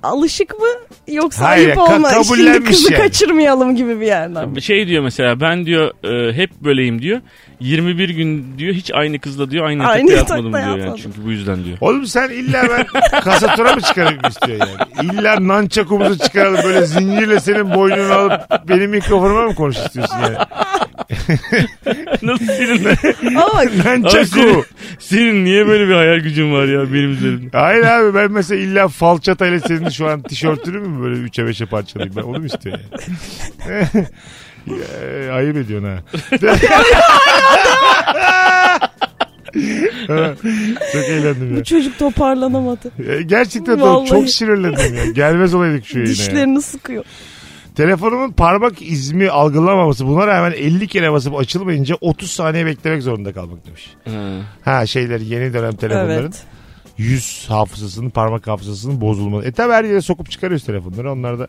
Speaker 4: Alışık mı yoksa
Speaker 3: Hayır,
Speaker 4: ayıp
Speaker 3: ka-
Speaker 4: olma şimdi
Speaker 3: kabullenmiş
Speaker 4: kızı
Speaker 3: yani.
Speaker 4: kaçırmayalım gibi bir yerden.
Speaker 5: Şey diyor mesela ben diyor e, hep böyleyim diyor. 21 gün diyor hiç aynı kızla diyor aynı,
Speaker 4: Aynı
Speaker 5: aynı yatmadım
Speaker 4: yatakta
Speaker 5: diyor yani.
Speaker 4: yatmadım.
Speaker 5: Çünkü bu yüzden diyor.
Speaker 3: Oğlum sen illa ben kasatura mı çıkarayım istiyor yani? İlla nançakumuzu çıkaralım böyle zincirle senin boynunu alıp benim mikrofonuma mı konuş istiyorsun yani?
Speaker 5: Nasıl senin?
Speaker 4: Ama bak,
Speaker 5: Abi senin,
Speaker 3: Nançaku.
Speaker 5: senin niye böyle bir hayal gücün var ya benim üzerimde?
Speaker 3: Hayır abi ben mesela illa falçatayla senin şu an tişörtünü mü böyle üçe beşe parçalayayım ben onu mu istiyor yani? Ya, Ayıp ediyorsun ha. Çok eğlendim ya.
Speaker 4: bu çocuk toparlanamadı.
Speaker 3: E, Gerçekten doğru.
Speaker 4: Vallahi.
Speaker 3: Çok sinirlendim ya. Gelmez olaydık şu yayına. ya.
Speaker 4: Dişlerini sıkıyor.
Speaker 3: Telefonumun parmak izmi algılamaması buna rağmen 50 kere basıp açılmayınca 30 saniye beklemek zorunda kalmak demiş. Ha şeyler yeni dönem telefonların
Speaker 4: Evet.
Speaker 3: yüz hafızasının parmak hafızasının bozulması. E tabi her yere sokup çıkarıyoruz telefonları onlar da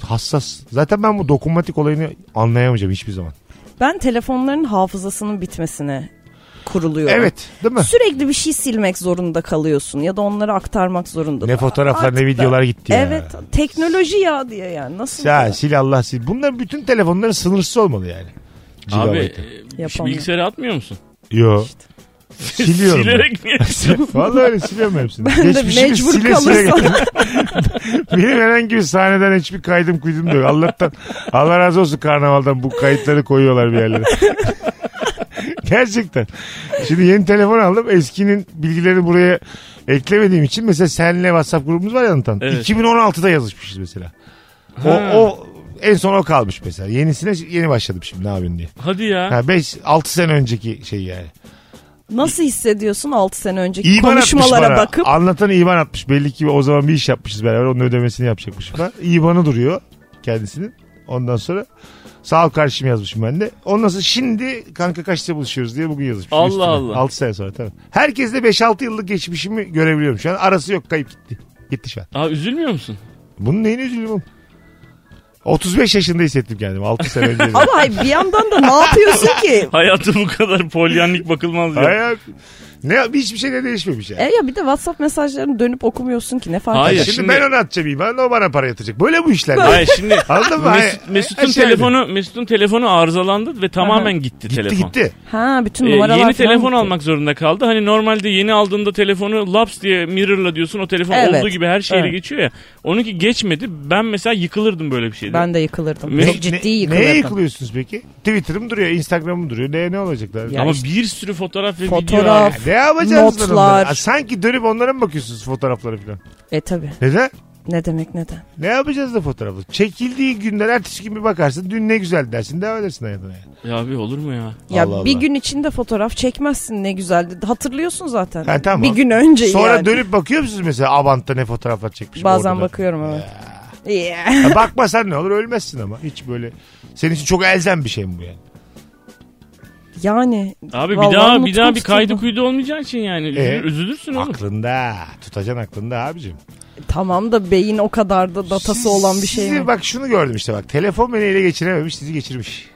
Speaker 3: hassas. Zaten ben bu dokunmatik olayını anlayamayacağım hiçbir zaman.
Speaker 4: Ben telefonların hafızasının bitmesine kuruluyorum.
Speaker 3: Evet değil mi?
Speaker 4: Sürekli bir şey silmek zorunda kalıyorsun ya da onları aktarmak zorunda.
Speaker 3: Ne fotoğraflar ne
Speaker 4: Artık da-
Speaker 3: videolar gitti ya.
Speaker 4: Evet teknoloji ya diye yani nasıl?
Speaker 3: Ya
Speaker 4: bu?
Speaker 3: sil Allah sil. Bunların bütün telefonların sınırsız olmalı yani.
Speaker 5: Abi
Speaker 3: Gigabyte'ı.
Speaker 5: e,
Speaker 4: Yapamıyorum.
Speaker 5: bilgisayarı atmıyor musun?
Speaker 3: Yo. Siliyorum. ben.
Speaker 5: Silerek mi yapıyorsun?
Speaker 3: Vallahi öyle siliyorum hepsini.
Speaker 4: Ben de
Speaker 3: Geçmişimi
Speaker 4: mecbur
Speaker 3: sile sile
Speaker 4: kalırsam.
Speaker 3: getirdim. Benim herhangi bir sahneden hiçbir kaydım kuydum da yok. Allah'tan, Allah razı olsun karnavaldan bu kayıtları koyuyorlar bir yerlere. Gerçekten. Şimdi yeni telefon aldım. Eskinin bilgilerini buraya eklemediğim için mesela senle WhatsApp grubumuz var ya Anlatan.
Speaker 5: Evet.
Speaker 3: 2016'da yazışmışız mesela. O,
Speaker 5: Ha.
Speaker 3: o en son o kalmış mesela. Yenisine yeni başladım şimdi ne yapayım diye.
Speaker 5: Hadi ya.
Speaker 3: Ha 5 6 sene önceki şey yani.
Speaker 4: Nasıl hissediyorsun 6 sene önceki
Speaker 3: İban atmış
Speaker 4: konuşmalara
Speaker 3: bana.
Speaker 4: bakıp?
Speaker 3: Anlatan İban atmış. Belli ki o zaman bir iş yapmışız beraber. Onun ödemesini yapacakmışım ben. İban'ı duruyor kendisinin. Ondan sonra sağ ol kardeşim yazmışım ben de. Ondan sonra şimdi kanka kaçta buluşuyoruz diye bugün yazmışım.
Speaker 5: Allah Allah.
Speaker 3: 6 sene sonra tabii. Herkes de 5-6 yıllık geçmişimi görebiliyorum şu an. Arası yok kayıp gitti. Gitti şu an.
Speaker 5: Aa, üzülmüyor musun?
Speaker 3: Bunun neyini üzülüyorum oğlum? 35 yaşında hissettim kendimi 6 sene önce.
Speaker 4: Ama hayır, bir yandan da ne yapıyorsun ki?
Speaker 5: Hayatı bu kadar polyanlik bakılmaz ya.
Speaker 3: Hayat, ne, hiçbir şey de değişmemiş yani.
Speaker 4: E ya bir de WhatsApp mesajlarını dönüp okumuyorsun ki ne fark
Speaker 5: Hayır,
Speaker 4: eder?
Speaker 3: şimdi,
Speaker 5: şimdi-
Speaker 3: ben onu atacağım İban'a o bana para yatacak. Böyle bu işler. yani.
Speaker 5: Hayır şimdi
Speaker 3: Anladın mı?
Speaker 5: Mesut-
Speaker 3: Hayır,
Speaker 5: Mesut'un
Speaker 3: her şey
Speaker 5: telefonu Mesut'un telefonu arızalandı ve tamamen gitti,
Speaker 3: Gitti
Speaker 5: telefon.
Speaker 3: gitti.
Speaker 4: Ha bütün
Speaker 5: Ee,
Speaker 4: numaralar
Speaker 5: yeni
Speaker 4: falan
Speaker 5: telefon
Speaker 4: gitti.
Speaker 5: almak zorunda kaldı. Hani normalde yeni aldığında telefonu laps diye mirrorla diyorsun o telefon
Speaker 4: Evet.
Speaker 5: olduğu gibi her şeyle
Speaker 4: Evet.
Speaker 5: geçiyor ya. Onunki geçmedi. Ben mesela yıkılırdım böyle bir şeyde.
Speaker 4: Ben de yıkılırdım.
Speaker 5: Ne-
Speaker 4: Çok E, ciddi yıkılırdım.
Speaker 3: Neye yıkılıyorsunuz peki? Twitter'ım duruyor, Instagram'ım duruyor. Neye ne olacaklar?
Speaker 4: Ya
Speaker 5: Ama
Speaker 4: işte.
Speaker 5: bir sürü fotoğraf ve video.
Speaker 4: Fotoğraf.
Speaker 5: abi.
Speaker 3: Ne yapacaksınız lan
Speaker 4: Notlar.
Speaker 3: onlara? Aa, Sanki dönüp onlara mı bakıyorsunuz fotoğraflara falan?
Speaker 4: E tabi.
Speaker 3: Neden?
Speaker 4: Ne demek neden?
Speaker 3: Ne yapacağız da fotoğrafı? Çekildiği günden ertesi gün bir bakarsın. Dün ne güzel dersin. Devam edersin hayatına. yani.
Speaker 5: Ya abi olur mu ya?
Speaker 4: Ya
Speaker 3: Allah
Speaker 4: bir
Speaker 3: Allah.
Speaker 4: gün içinde fotoğraf çekmezsin ne güzeldi. Hatırlıyorsun zaten.
Speaker 3: Ha, tamam.
Speaker 4: Bir gün önce
Speaker 3: Sonra
Speaker 4: yani.
Speaker 3: dönüp bakıyor musunuz mesela Avant'ta ne fotoğraflar çekmişim?
Speaker 4: Bazen
Speaker 3: orada da?
Speaker 4: bakıyorum evet. Yeah.
Speaker 3: Ya bakmasan ne olur ölmezsin ama. Hiç böyle. Senin için çok elzem bir şey mi bu yani?
Speaker 4: Yani
Speaker 5: Abi
Speaker 4: Vallahi
Speaker 5: bir daha bir
Speaker 4: unuttum
Speaker 5: daha bir kaydı
Speaker 4: kitabı.
Speaker 5: kuydu olmayacağı için yani
Speaker 3: Ee?
Speaker 5: Üzülür- üzülürsün oğlum.
Speaker 3: Aklında. Tutacaksın aklında abicim.
Speaker 4: tamam da beyin o kadar da datası
Speaker 3: Siz-
Speaker 4: olan bir şey
Speaker 3: sizi
Speaker 4: mi?
Speaker 3: bak şunu gördüm işte bak. Telefon beni ele geçirememiş sizi geçirmiş.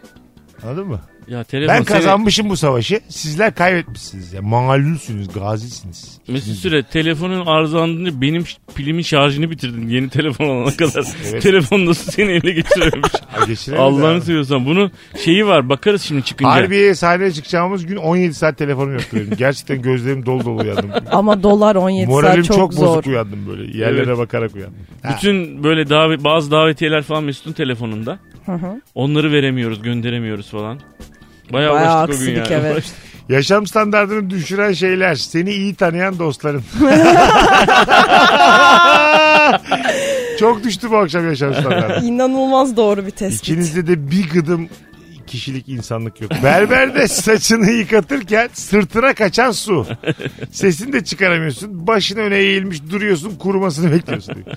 Speaker 3: Anladın mı?
Speaker 5: Ya telefon
Speaker 3: Ben
Speaker 5: seni-
Speaker 3: kazanmışım bu savaşı. Sizler kaybetmişsiniz. Ya. Mağlulsünüz, gazisiniz.
Speaker 5: Mesut Süre telefonun arızalandığında benim ş- pilimin şarjını bitirdin yeni telefon alana kadar. Telefon nasıl seni eline geçiriyormuş.
Speaker 3: Ay, geçiremedim
Speaker 5: Allah'ını
Speaker 3: abi.
Speaker 5: seviyorsan bunu şeyi var bakarız şimdi çıkınca.
Speaker 3: Harbiye sahneye çıkacağımız gün 17 saat telefonum yoktu benim. Gerçekten gözlerim dolu dolu uyandım.
Speaker 4: Ama dolar 17
Speaker 3: Moralim
Speaker 4: saat çok,
Speaker 3: çok,
Speaker 4: zor.
Speaker 3: bozuk uyandım böyle. Yerlere
Speaker 5: Evet.
Speaker 3: bakarak uyandım. Ha.
Speaker 5: Bütün böyle davet, bazı davetiyeler falan Mesut'un telefonunda.
Speaker 4: Hı hı.
Speaker 5: Onları veremiyoruz gönderemiyoruz falan. Bayağı,
Speaker 4: Bayağı
Speaker 5: uğraştık o gün
Speaker 4: aksilik
Speaker 5: yani.
Speaker 4: evet.
Speaker 3: Yaşam standartını düşüren şeyler. Seni iyi tanıyan dostların. çok düştü bu akşam yaşam standartı.
Speaker 4: İnanılmaz doğru bir tespit.
Speaker 3: İkinizde de bir gıdım kişilik insanlık yok. Berberde saçını yıkatırken sırtına kaçan su. Sesini de çıkaramıyorsun. Başını öne eğilmiş duruyorsun kurumasını bekliyorsun. diyor.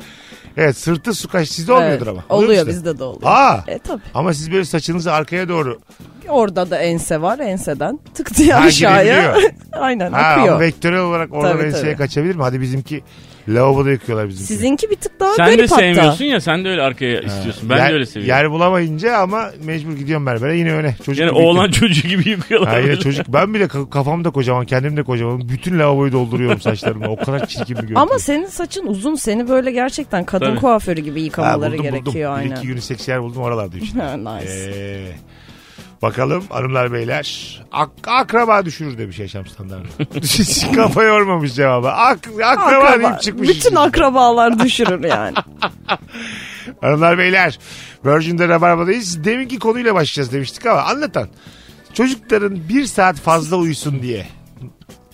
Speaker 3: Evet sırtı su kaç sizde olmuyordur
Speaker 4: Evet.
Speaker 3: ama.
Speaker 4: Oluyor
Speaker 3: mu sizde?
Speaker 4: bizde de oluyor.
Speaker 3: Aa,
Speaker 4: E tabi.
Speaker 3: ama siz böyle saçınızı arkaya doğru
Speaker 4: Orada da ense var. Enseden tık diye
Speaker 3: Ha,
Speaker 4: aşağıya.
Speaker 3: girebiliyor.
Speaker 4: Aynen
Speaker 3: Ha, ama
Speaker 4: akıyor.
Speaker 3: vektörel olarak oradan
Speaker 4: Tabii,
Speaker 3: enseye
Speaker 4: tabii.
Speaker 3: kaçabilir mi? Hadi bizimki lavaboda yıkıyorlar bizimki.
Speaker 4: Sizinki bir tık daha
Speaker 5: Sen de
Speaker 4: garip hatta.
Speaker 5: sevmiyorsun ya sen de öyle arkaya istiyorsun. Ben
Speaker 3: yer,
Speaker 5: de öyle seviyorum.
Speaker 3: Yer bulamayınca ama mecbur gidiyorum berbere yine öyle. Çocuk
Speaker 5: yani
Speaker 3: gibi
Speaker 5: oğlan çocuğu gibi yıkıyorlar.
Speaker 3: Ha yine
Speaker 5: böyle.
Speaker 3: çocuk. Ben bile ka- kafam da kocaman, kendim de kocaman. Bütün lavaboyu dolduruyorum saçlarımla. O kadar çirkin bir görüntü.
Speaker 4: Ama senin saçın uzun seni böyle gerçekten kadın
Speaker 5: Tabii.
Speaker 4: kuaförü gibi
Speaker 3: Ha,
Speaker 4: yıkamaları
Speaker 3: buldum, buldum.
Speaker 4: gerekiyor
Speaker 3: Bir
Speaker 4: aynen.
Speaker 3: iki unisex yer buldum oralarda işte.
Speaker 4: Ha, nice.
Speaker 3: Ee, bakalım hanımlar beyler. Ak- akraba düşürür demiş yaşam standartı. Kafa yormamış cevaba. Ak- akraba, deyip çıkmış.
Speaker 4: bütün akrabalar düşürür yani.
Speaker 3: Hanımlar beyler Virgin'de Rabarba'dayız. Deminki konuyla başlayacağız demiştik ama anlatan. Çocukların bir saat fazla uyusun diye.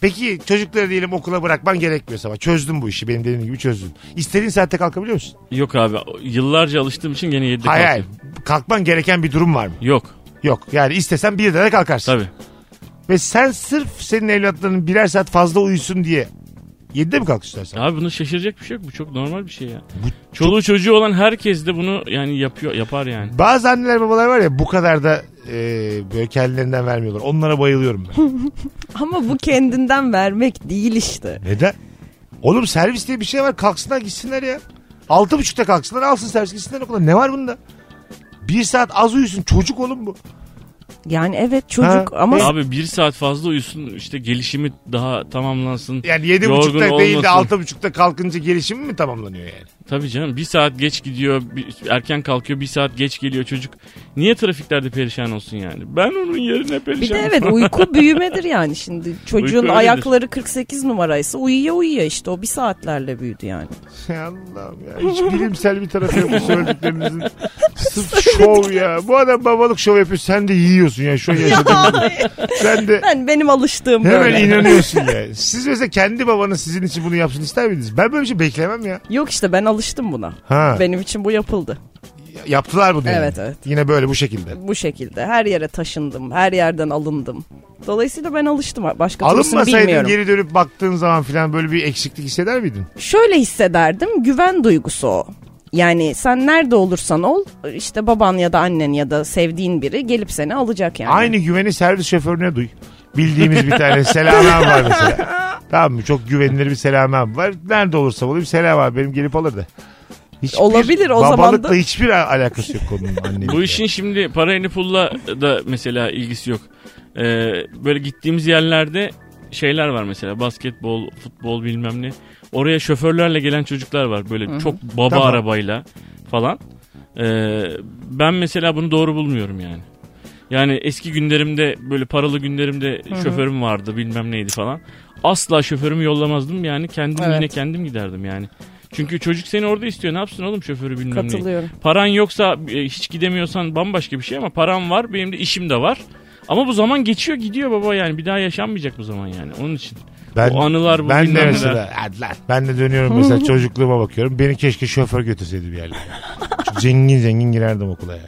Speaker 3: Peki çocukları diyelim okula bırakman gerekmiyorsa ama çözdün bu işi benim dediğim gibi çözdün. İstediğin saatte kalkabiliyor musun?
Speaker 5: Yok abi yıllarca alıştığım için gene yedide
Speaker 3: Hayır hayır.
Speaker 5: kalkıyorum.
Speaker 3: Kalkman gereken bir durum var mı?
Speaker 5: Yok
Speaker 3: Yok. Yani istesen bir de kalkarsın.
Speaker 5: tabii.
Speaker 3: Ve sen sırf senin evlatların birer saat fazla uyusun diye 7'de mi kalkıyorsun sen?
Speaker 5: Abi bunu şaşıracak bir şey yok. Bu çok normal bir şey ya. Çoluğu çocuğu olan herkes de bunu yani yapıyor yapar yani.
Speaker 3: Bazı anneler babalar var ya bu kadar da e, böyle kendilerinden vermiyorlar. Onlara bayılıyorum ben.
Speaker 4: Ama bu kendinden vermek değil işte.
Speaker 3: Neden? Oğlum servis diye bir şey var. Kalksınlar gitsinler ya. Altı buçukta kalksınlar alsın servis gitsinler okula. Ne var bunda? Bir saat az uyusun çocuk oğlum bu.
Speaker 4: Yani evet çocuk
Speaker 3: Ha, e,
Speaker 4: ama
Speaker 5: Abi bir saat fazla uyusun işte gelişimi daha tamamlansın.
Speaker 3: Yani yedi
Speaker 5: Yorgun
Speaker 3: buçukta değil de
Speaker 5: olmasın.
Speaker 3: altı buçukta kalkınca gelişimi mi tamamlanıyor yani?
Speaker 5: Tabii canım bir saat geç gidiyor bir- erken kalkıyor bir saat geç geliyor çocuk. Niye trafiklerde perişan olsun yani? Ben onun yerine perişan
Speaker 4: bir de
Speaker 5: olsam.
Speaker 4: evet uyku büyümedir yani şimdi çocuğun
Speaker 5: öyledir.
Speaker 4: ayakları 48 numaraysa uyuya uyuya işte o bir saatlerle büyüdü yani.
Speaker 3: Şey, Allah'ım ya. Hiç bilimsel bir tarafı yok bu söylediklerinizin. Sırf şov ya. Bu adam babalık şov yapıyor. Sen de yiyorsun ya. Şu an yaşadığın. Sen de
Speaker 4: Ben benim alıştığım böyle.
Speaker 3: hemen inanıyorsun ya. Siz mesela kendi babanız sizin için bunu yapsın ister miydiniz? Ben böyle bir şey beklemem ya.
Speaker 4: Yok işte ben alıştım buna.
Speaker 3: Ha.
Speaker 4: Benim için bu yapıldı.
Speaker 3: Yaptılar bunu yani.
Speaker 4: Evet, evet.
Speaker 3: Yine böyle bu şekilde.
Speaker 4: Bu şekilde her yere taşındım, her yerden alındım. Dolayısıyla ben alıştım. Başka türlüsünü
Speaker 3: Alınmasaydın
Speaker 4: bilmiyorum.
Speaker 3: geri dönüp baktığın zaman filan böyle bir eksiklik hisseder miydin?
Speaker 4: Şöyle hissederdim güven duygusu o. Yani sen nerede olursan ol işte baban ya da annen ya da sevdiğin biri gelip seni alacak yani.
Speaker 3: Aynı güveni servis şoförüne duy. Bildiğimiz bir tane Selami abi var mesela. Tamam mı? Çok güvenilir bir Selami abi var. Nerede olursa olayım Selami abi benim gelip alırdı. Hiçbir
Speaker 4: Olabilir, o zaman da-
Speaker 3: babalıkla hiçbir al- alakası yok konunun annemin.
Speaker 5: Bu işin şimdi parayla pulla da mesela ilgisi yok. Ee, böyle gittiğimiz yerlerde şeyler var mesela basketbol, futbol bilmem ne. Oraya şoförlerle gelen çocuklar var böyle çok baba
Speaker 3: Tamam.
Speaker 5: arabayla falan. Ee, ben mesela bunu doğru bulmuyorum yani. Yani eski günlerimde böyle paralı günlerimde şoförüm vardı bilmem neydi falan. Asla şoförümü yollamazdım yani kendim
Speaker 4: Evet.
Speaker 5: yine kendim giderdim yani. Çünkü çocuk seni orada istiyor ne yapsın oğlum şoförü bilmem neyi.
Speaker 4: Katılıyorum.
Speaker 5: Paran yoksa e, hiç gidemiyorsan bambaşka bir şey ama param var benim de işim de var. Ama bu zaman geçiyor gidiyor baba yani bir daha yaşanmayacak bu zaman yani onun için.
Speaker 3: Ben-
Speaker 5: bu anılar bu
Speaker 3: ben de
Speaker 5: bilmem neler.
Speaker 3: mesela "Hadi lan." ben de dönüyorum mesela çocukluğuma bakıyorum. Beni keşke şoför götürseydi bir yerlere. Çünkü zengin zengin girerdim okula yani.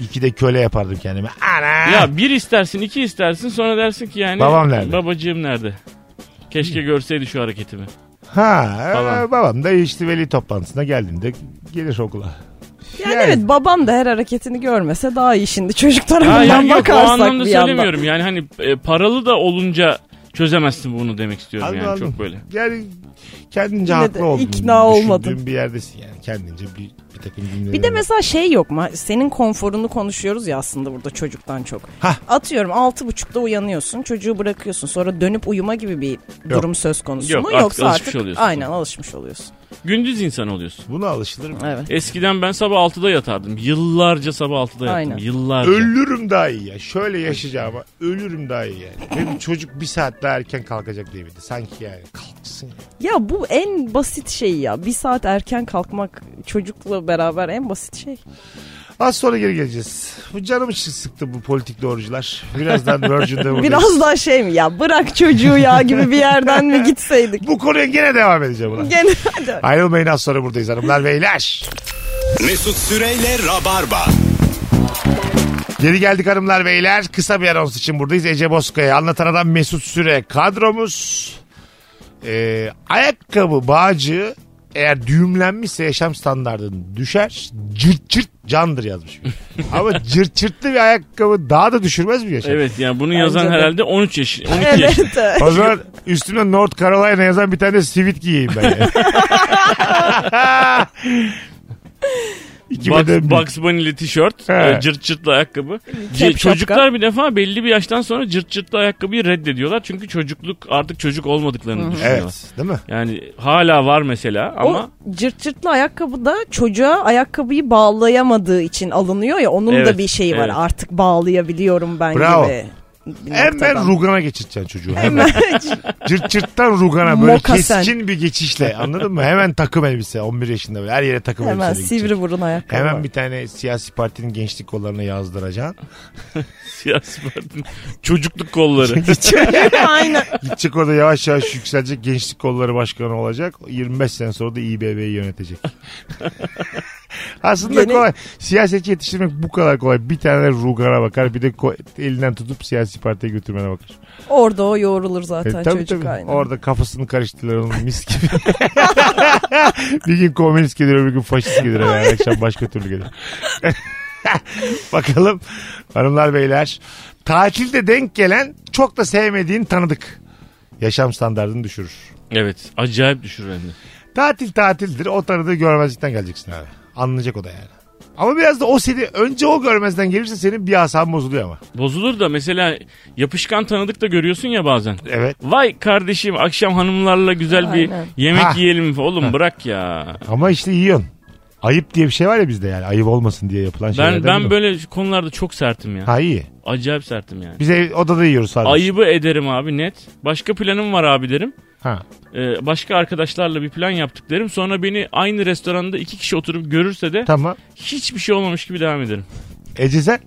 Speaker 3: İki de köle yapardım kendime. Ana!
Speaker 5: Ya bir istersin iki istersin sonra dersin ki yani.
Speaker 3: Ah. Babam nerede?
Speaker 5: Babacığım nerede? Keşke görseydi şu hareketimi.
Speaker 3: Ha,
Speaker 5: Tamam.
Speaker 3: e, babam da işte veli toplantısına geldiğinde gelir okula.
Speaker 4: Yani, evet baban da her hareketini görmese daha iyi şimdi çocuk
Speaker 5: Ya,
Speaker 4: tarafından
Speaker 5: ya yok, o
Speaker 4: bakarsak
Speaker 5: anlamda
Speaker 4: bir yandan.
Speaker 5: söylemiyorum yani hani e, paralı da olunca çözemezsin bunu demek istiyorum
Speaker 3: Anladım,
Speaker 5: yani
Speaker 3: anladım.
Speaker 5: çok böyle.
Speaker 3: Yani kendince
Speaker 4: Yine de
Speaker 3: haklı oldun.
Speaker 4: ikna
Speaker 3: Düşündüğün
Speaker 4: olmadın.
Speaker 3: bir yerdesin yani. Kendince bir, bir takım cümleler.
Speaker 4: Bir de mesela şey yok mu? Senin konforunu konuşuyoruz ya aslında burada çocuktan çok.
Speaker 3: Hah.
Speaker 4: Atıyorum altı buçukta uyanıyorsun çocuğu bırakıyorsun sonra dönüp uyuma gibi bir durum söz konusu
Speaker 5: Yok,
Speaker 4: mu?
Speaker 5: artık
Speaker 4: Yoksa
Speaker 5: alışmış
Speaker 4: artık
Speaker 5: oluyorsun.
Speaker 4: aynen alışmış oluyorsun.
Speaker 5: Gündüz insan oluyorsun.
Speaker 3: Buna alışılırım.
Speaker 4: Evet.
Speaker 5: Eskiden ben sabah 6'da yatardım. Yıllarca sabah 6'da yattım.
Speaker 4: Aynen.
Speaker 5: Yıllarca.
Speaker 3: Ölürüm daha iyi ya. Şöyle yaşayacağım ama ölürüm daha iyi yani. Benim çocuk bir saat daha erken kalkacak diye bir de. Sanki yani kalksın ya.
Speaker 4: Ya bu en basit şey ya. Bir saat erken kalkmak çocukla beraber en basit şey.
Speaker 3: Az sonra geri geleceğiz. Bu canımı sıktı bu politik doğrucular. Birazdan Virgin'de buradayız.
Speaker 4: Biraz daha şey mi ya bırak çocuğu ya gibi bir yerden mi gitseydik?
Speaker 3: Bu konuya gene devam edeceğim. Ulan.
Speaker 4: Gene hadi.
Speaker 3: Ayrılmayın az sonra buradayız hanımlar beyler.
Speaker 2: Mesut Süreyle Rabarba.
Speaker 3: Geri geldik hanımlar beyler. Kısa bir anons için buradayız. Ece Bozkaya, Anlatan Adam Mesut Süre kadromuz. Ee, ayakkabı bağcığı eğer düğümlenmişse yaşam standartını düşer. Cırt cırt candır yazmış. biri. Ama cırt cırtlı bir ayakkabı daha da düşürmez mi yaşam?
Speaker 5: Evet yani bunu
Speaker 4: Bence
Speaker 5: yazan
Speaker 4: de.
Speaker 5: herhalde 13 yaş 12 yaş.
Speaker 4: Evet. evet.
Speaker 3: O zaman üstüne North Carolina yazan bir tane sivit giyeyim ben. yani. İki
Speaker 5: Bugs,
Speaker 3: beden bir.
Speaker 5: Bugs Bunny'li tişört,
Speaker 3: He.
Speaker 5: e, cırt cırtlı ayakkabı. C-
Speaker 4: şapka.
Speaker 5: çocuklar bir defa belli bir yaştan sonra cırt cırtlı ayakkabıyı reddediyorlar. Çünkü çocukluk artık çocuk olmadıklarını düşünüyorlar.
Speaker 3: Evet değil mi?
Speaker 5: Yani hala var mesela ama
Speaker 4: O cırt cırtlı ayakkabı da çocuğa ayakkabıyı bağlayamadığı için alınıyor ya onun
Speaker 5: Evet,
Speaker 4: da bir şeyi var
Speaker 5: evet.
Speaker 4: artık bağlayabiliyorum ben
Speaker 3: Bravo.
Speaker 4: gibi. bir
Speaker 3: Hemen
Speaker 4: noktadan.
Speaker 3: Rugan'a geçireceksin çocuğu. Hemen. Cırt cırttan Rugan'a böyle
Speaker 4: Mokasen.
Speaker 3: keskin bir geçişle anladın mı? Hemen takım elbise 11 yaşında böyle her yere takım
Speaker 4: Hemen
Speaker 3: elbise.
Speaker 4: sivri burun ayakkabı.
Speaker 3: Hemen bir tane siyasi partinin gençlik kollarına yazdıracaksın.
Speaker 5: siyasi partinin çocukluk kolları.
Speaker 4: Aynen.
Speaker 3: Gidecek orada yavaş yavaş yükselecek gençlik kolları başkanı olacak. 25 sene sonra da İBB'yi yönetecek. Aslında
Speaker 4: Yeni-
Speaker 3: kolay. Siyasetçi yetiştirmek bu kadar kolay. Bir tane de Rugan'a bakar bir de ko- elinden tutup siyasi partiye götürmene bakar.
Speaker 4: Orada o yoğrulur
Speaker 3: E,
Speaker 4: zaten
Speaker 3: tabii
Speaker 4: çocuk
Speaker 3: tabii.
Speaker 4: aynen.
Speaker 3: Orada kafasını karıştırdılar onun mis gibi. bir gün komünist gelir öbür gün faşist gelir. Her akşam başka türlü gelir. Bakalım hanımlar beyler. Tatilde denk gelen çok da sevmediğin tanıdık. Yaşam standartını düşürür.
Speaker 5: evet acayip düşürür hem de.
Speaker 3: Tatil tatildir. O tanıdığı görmezlikten geleceksin abi. Anlayacak o da yani. Ama biraz da o seni önce o görmezden gelirse senin bir asan bozuluyor ama.
Speaker 5: Bozulur da mesela yapışkan tanıdık da görüyorsun ya bazen.
Speaker 3: Evet.
Speaker 5: Vay kardeşim akşam hanımlarla güzel bir
Speaker 4: Aynen.
Speaker 5: yemek
Speaker 3: Ha.
Speaker 5: yiyelim. Oğlum bırak ya.
Speaker 3: Ama işte yiyorsun. Ayıp diye bir şey var ya bizde yani. Ayıp olmasın diye yapılan şeylerden.
Speaker 5: Ben
Speaker 3: biri
Speaker 5: ben
Speaker 3: o.
Speaker 5: böyle konularda çok sertim ya.
Speaker 3: şey Ha iyi.
Speaker 5: Acayip sertim yani.
Speaker 3: Biz ev, odada yiyoruz sadece.
Speaker 5: Ayıbı ederim abi net. Başka planım var abi derim.
Speaker 3: Ha.
Speaker 5: Ee, başka arkadaşlarla bir plan yaptık derim. Sonra beni aynı restoranda iki kişi oturup görürse de
Speaker 3: Tamam.
Speaker 5: hiçbir şey olmamış gibi devam ederim.
Speaker 3: Ece sen?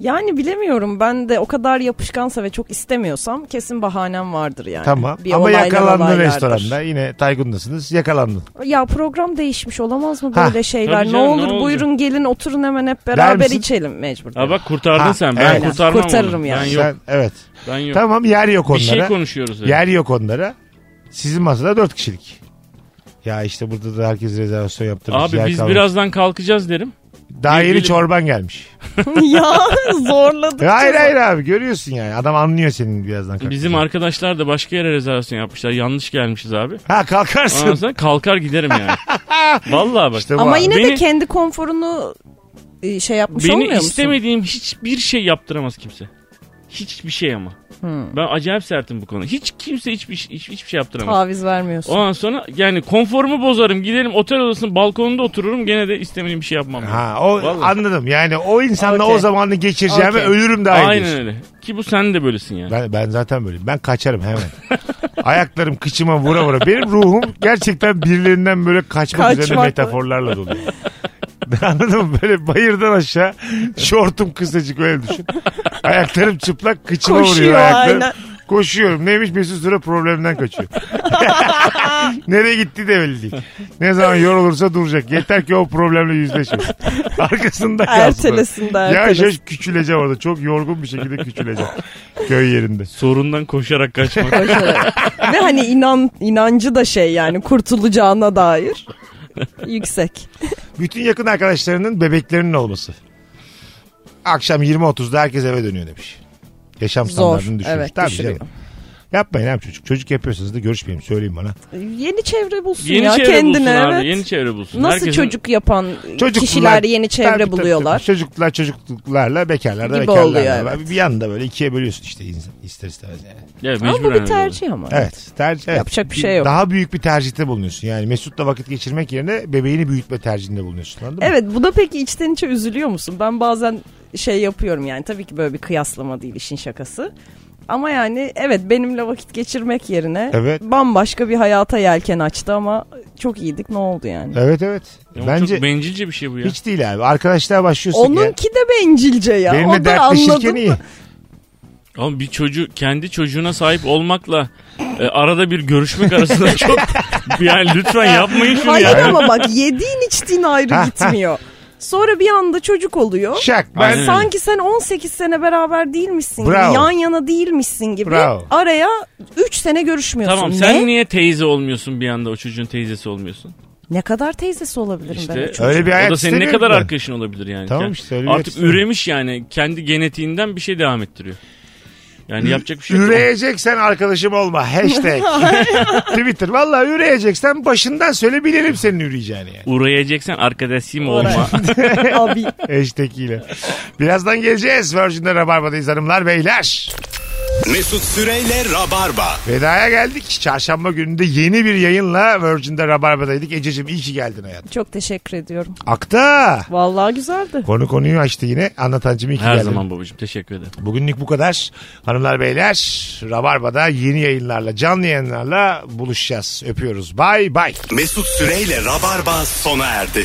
Speaker 4: Yani bilemiyorum ben de o kadar yapışkansa ve çok istemiyorsam kesin bahanem vardır yani.
Speaker 3: Tamam.
Speaker 4: Bir
Speaker 3: Ama
Speaker 4: olaylar,
Speaker 3: yakalandın
Speaker 4: olaylardır.
Speaker 3: restoranda. Yine Taygun'dasınız. Yakalandın.
Speaker 4: Ya program değişmiş olamaz mı
Speaker 3: Ha.
Speaker 4: böyle şeyler?
Speaker 5: Tabii
Speaker 4: ne
Speaker 5: canım, ne
Speaker 4: olur
Speaker 5: olacak?
Speaker 4: buyurun gelin oturun hemen hep
Speaker 3: Der
Speaker 4: beraber
Speaker 3: misin?
Speaker 4: içelim mecbur.
Speaker 5: Ha bak kurtardın
Speaker 3: Ha,
Speaker 5: sen. Ben
Speaker 3: evet.
Speaker 5: kurtarmam
Speaker 4: Kurtarırım
Speaker 5: onu.
Speaker 4: yani.
Speaker 5: Ben yok.
Speaker 3: Sen, evet.
Speaker 5: Ben yok.
Speaker 3: Tamam yer yok
Speaker 5: bir
Speaker 3: onlara.
Speaker 5: şey konuşuyoruz. yani.
Speaker 3: yer yok onlara. Sizin masada dört kişilik. Ya işte burada da herkes rezervasyon yaptırmış.
Speaker 5: Abi
Speaker 3: yer
Speaker 5: biz
Speaker 3: kalmamış.
Speaker 5: birazdan kalkacağız derim.
Speaker 3: Daha yeni
Speaker 5: Birbiri-
Speaker 3: çorban gelmiş.
Speaker 4: ya zorladıkça.
Speaker 3: hayır hayır abi görüyorsun yani. Adam anlıyor senin birazdan. kalktığını.
Speaker 5: Bizim arkadaşlar da başka yere rezervasyon yapmışlar. Yanlış gelmişiz abi.
Speaker 3: Ha kalkarsın.
Speaker 5: Ondan sonra kalkar giderim yani. Vallahi bak.
Speaker 3: İşte bu
Speaker 4: Ama
Speaker 3: abi.
Speaker 4: yine de
Speaker 5: Beni-
Speaker 4: kendi konforunu e, şey yapmış
Speaker 5: Beni
Speaker 4: olmuyor musun?
Speaker 5: istemediğim hiçbir şey yaptıramaz kimse. Hiçbir şey ama.
Speaker 4: Hmm.
Speaker 5: Ben acayip sertim bu konuda. Hiç kimse hiçbir hiç- hiçbir şey yaptıramaz.
Speaker 4: Taviz vermiyorsun.
Speaker 5: Ondan sonra yani konforumu bozarım. Giderim otel odasının balkonunda otururum. Gene de istemediğim bir şey yapmam. yani.
Speaker 3: Ha, o
Speaker 5: Vallahi.
Speaker 3: anladım. Yani o insanla
Speaker 4: Okey.
Speaker 3: o zamanı geçireceğime
Speaker 4: Okey.
Speaker 3: ölürüm daha iyi.
Speaker 5: Aynen
Speaker 3: diyorsun.
Speaker 5: öyle. Ki bu sen de böylesin yani.
Speaker 3: Ben, ben zaten böyleyim. Ben kaçarım hemen. Ayaklarım kıçıma vura vura. Benim ruhum gerçekten birilerinden böyle kaçmak üzerine
Speaker 4: Kaçmak.
Speaker 3: metaforlarla dolu. Anladın mı? Böyle bayırdan aşağı şortum kısacık öyle düşün. Ayaklarım çıplak kıçıma vuruyor
Speaker 4: Koşuyor,
Speaker 3: ayaklarım.
Speaker 4: aynen.
Speaker 3: Koşuyorum. Neymiş Mesut Süre problemden kaçıyor. Nereye gitti de belli değil. Ne zaman yorulursa duracak. Yeter ki o problemle yüzleşmesin. Arkasında kalsın.
Speaker 4: Ertelesin de
Speaker 3: Yavaş
Speaker 4: ertelesin.
Speaker 3: yavaş küçüleceğim orada. Çok yorgun bir şekilde küçüleceğim. Köy yerinde.
Speaker 5: Sorundan koşarak kaçmak.
Speaker 4: Koşarak. Ve hani inan inancı da şey yani kurtulacağına dair yüksek.
Speaker 3: Bütün yakın arkadaşlarının bebeklerinin olması. Akşam 20.30'da herkes eve dönüyor demiş. Yaşam
Speaker 4: Zor.
Speaker 3: standartını düşürmüş.
Speaker 4: Evet
Speaker 3: Tabii
Speaker 4: düşürüyor.
Speaker 3: canım. Yapmayın abi çocuk. Çocuk yapıyorsanız da görüşmeyin. Söyleyin bana.
Speaker 4: Yeni çevre bulsun
Speaker 5: Yeni
Speaker 4: ya
Speaker 5: çevre bulsun
Speaker 4: kendine. evet.
Speaker 5: abi. Yeni çevre bulsun.
Speaker 4: Nasıl
Speaker 5: Herkesin-
Speaker 4: çocuk yapan
Speaker 3: Çocuklar,
Speaker 4: kişiler yeni
Speaker 3: Tabii,
Speaker 4: çevre
Speaker 3: tabii,
Speaker 4: buluyorlar.
Speaker 3: tabii. Çocuklar çocukluklarla bekarlar da
Speaker 4: Gibi
Speaker 3: bekarlar.
Speaker 4: oluyor,
Speaker 3: da.
Speaker 4: evet.
Speaker 3: Bir yanda böyle ikiye bölüyorsun işte insan ister istemez yani.
Speaker 4: Ama
Speaker 5: Ya,
Speaker 4: bu
Speaker 5: mecburen
Speaker 4: bir
Speaker 5: öyle olur.
Speaker 4: tercih ama.
Speaker 3: Evet. Tercih, evet.
Speaker 4: Yapacak bir şey yok.
Speaker 3: Daha büyük bir tercihte bulunuyorsun. Yani Mesut'la vakit geçirmek yerine bebeğini büyütme tercihinde bulunuyorsun. Anladın mı?
Speaker 4: Evet bu da peki içten içe üzülüyor musun? Ben bazen şey yapıyorum yani tabii ki böyle bir kıyaslama değil işin şakası. Ama yani evet benimle vakit geçirmek yerine
Speaker 3: Evet.
Speaker 4: bambaşka bir hayata yelken açtı ama çok iyiydik ne oldu yani?
Speaker 3: Evet evet.
Speaker 5: Ya bu
Speaker 3: Bence
Speaker 5: E, Çok bencilce bir şey bu ya.
Speaker 3: hiç değil abi. Arkadaşlar başlıyorsun ya.
Speaker 4: Onunki de bencilce ya.
Speaker 3: Benimle
Speaker 4: o da anladın
Speaker 3: dertleşirken
Speaker 4: mı?
Speaker 3: iyi.
Speaker 5: Ama bir çocuğu kendi çocuğuna sahip olmakla e, arada bir görüşmek arasında çok yani lütfen yapmayın şunu
Speaker 4: Hayır
Speaker 5: ya.
Speaker 4: ama bak yediğin içtiğin ayrı gitmiyor. Sonra bir anda çocuk oluyor.
Speaker 3: Şak. Ben
Speaker 5: Aynen.
Speaker 4: Sanki sen 18 sene beraber değilmişsin
Speaker 3: Bravo.
Speaker 4: gibi, yan yana değilmişsin gibi
Speaker 3: Bravo.
Speaker 4: araya 3 sene görüşmüyorsun.
Speaker 5: Tamam
Speaker 4: ne?
Speaker 5: sen niye teyze olmuyorsun bir anda o çocuğun teyzesi olmuyorsun?
Speaker 4: Ne kadar teyzesi olabilirim ben?
Speaker 5: İşte
Speaker 4: o çocuğun?
Speaker 3: öyle bir hayat
Speaker 5: o da senin ne
Speaker 3: istemiyorum
Speaker 5: kadar
Speaker 3: ben.
Speaker 5: arkadaşın olabilir yani.
Speaker 3: Tamam
Speaker 5: Kend-
Speaker 3: işte, öyle bir
Speaker 5: Artık
Speaker 3: hayat istemiyorum.
Speaker 5: üremiş yani kendi genetiğinden bir şey devam ettiriyor. Yani yapacak bir şey yok.
Speaker 3: Üreyeceksen arkadaşım olma. Hashtag. Twitter. Valla üreyeceksen başından söyleyebilirim senin üreyeceğini yani.
Speaker 5: Uğrayacaksan arkadaşım
Speaker 4: Uğray.
Speaker 5: olma.
Speaker 4: Abi
Speaker 3: Hashtag ile. Birazdan geleceğiz. Virgin'de Rabarba'dayız hanımlar beyler.
Speaker 2: Mesut Süreyle Rabarba.
Speaker 3: Vedaya geldik. Çarşamba gününde yeni bir yayınla Virgin'de Rabarba'daydık. Ececiğim iyi ki geldin hayatım.
Speaker 4: çok teşekkür ediyorum.
Speaker 3: Akta.
Speaker 4: Vallahi güzeldi.
Speaker 3: Konu konuyu açtı yine. Anlatancım iyi ki
Speaker 5: Her
Speaker 3: geldin.
Speaker 5: zaman babacığım teşekkür ederim.
Speaker 3: Bugünlük bu kadar. Hanımlar beyler Rabarba'da yeni yayınlarla canlı yayınlarla buluşacağız. Öpüyoruz. Bay bay.
Speaker 2: Mesut Süreyle Rabarba sona erdi.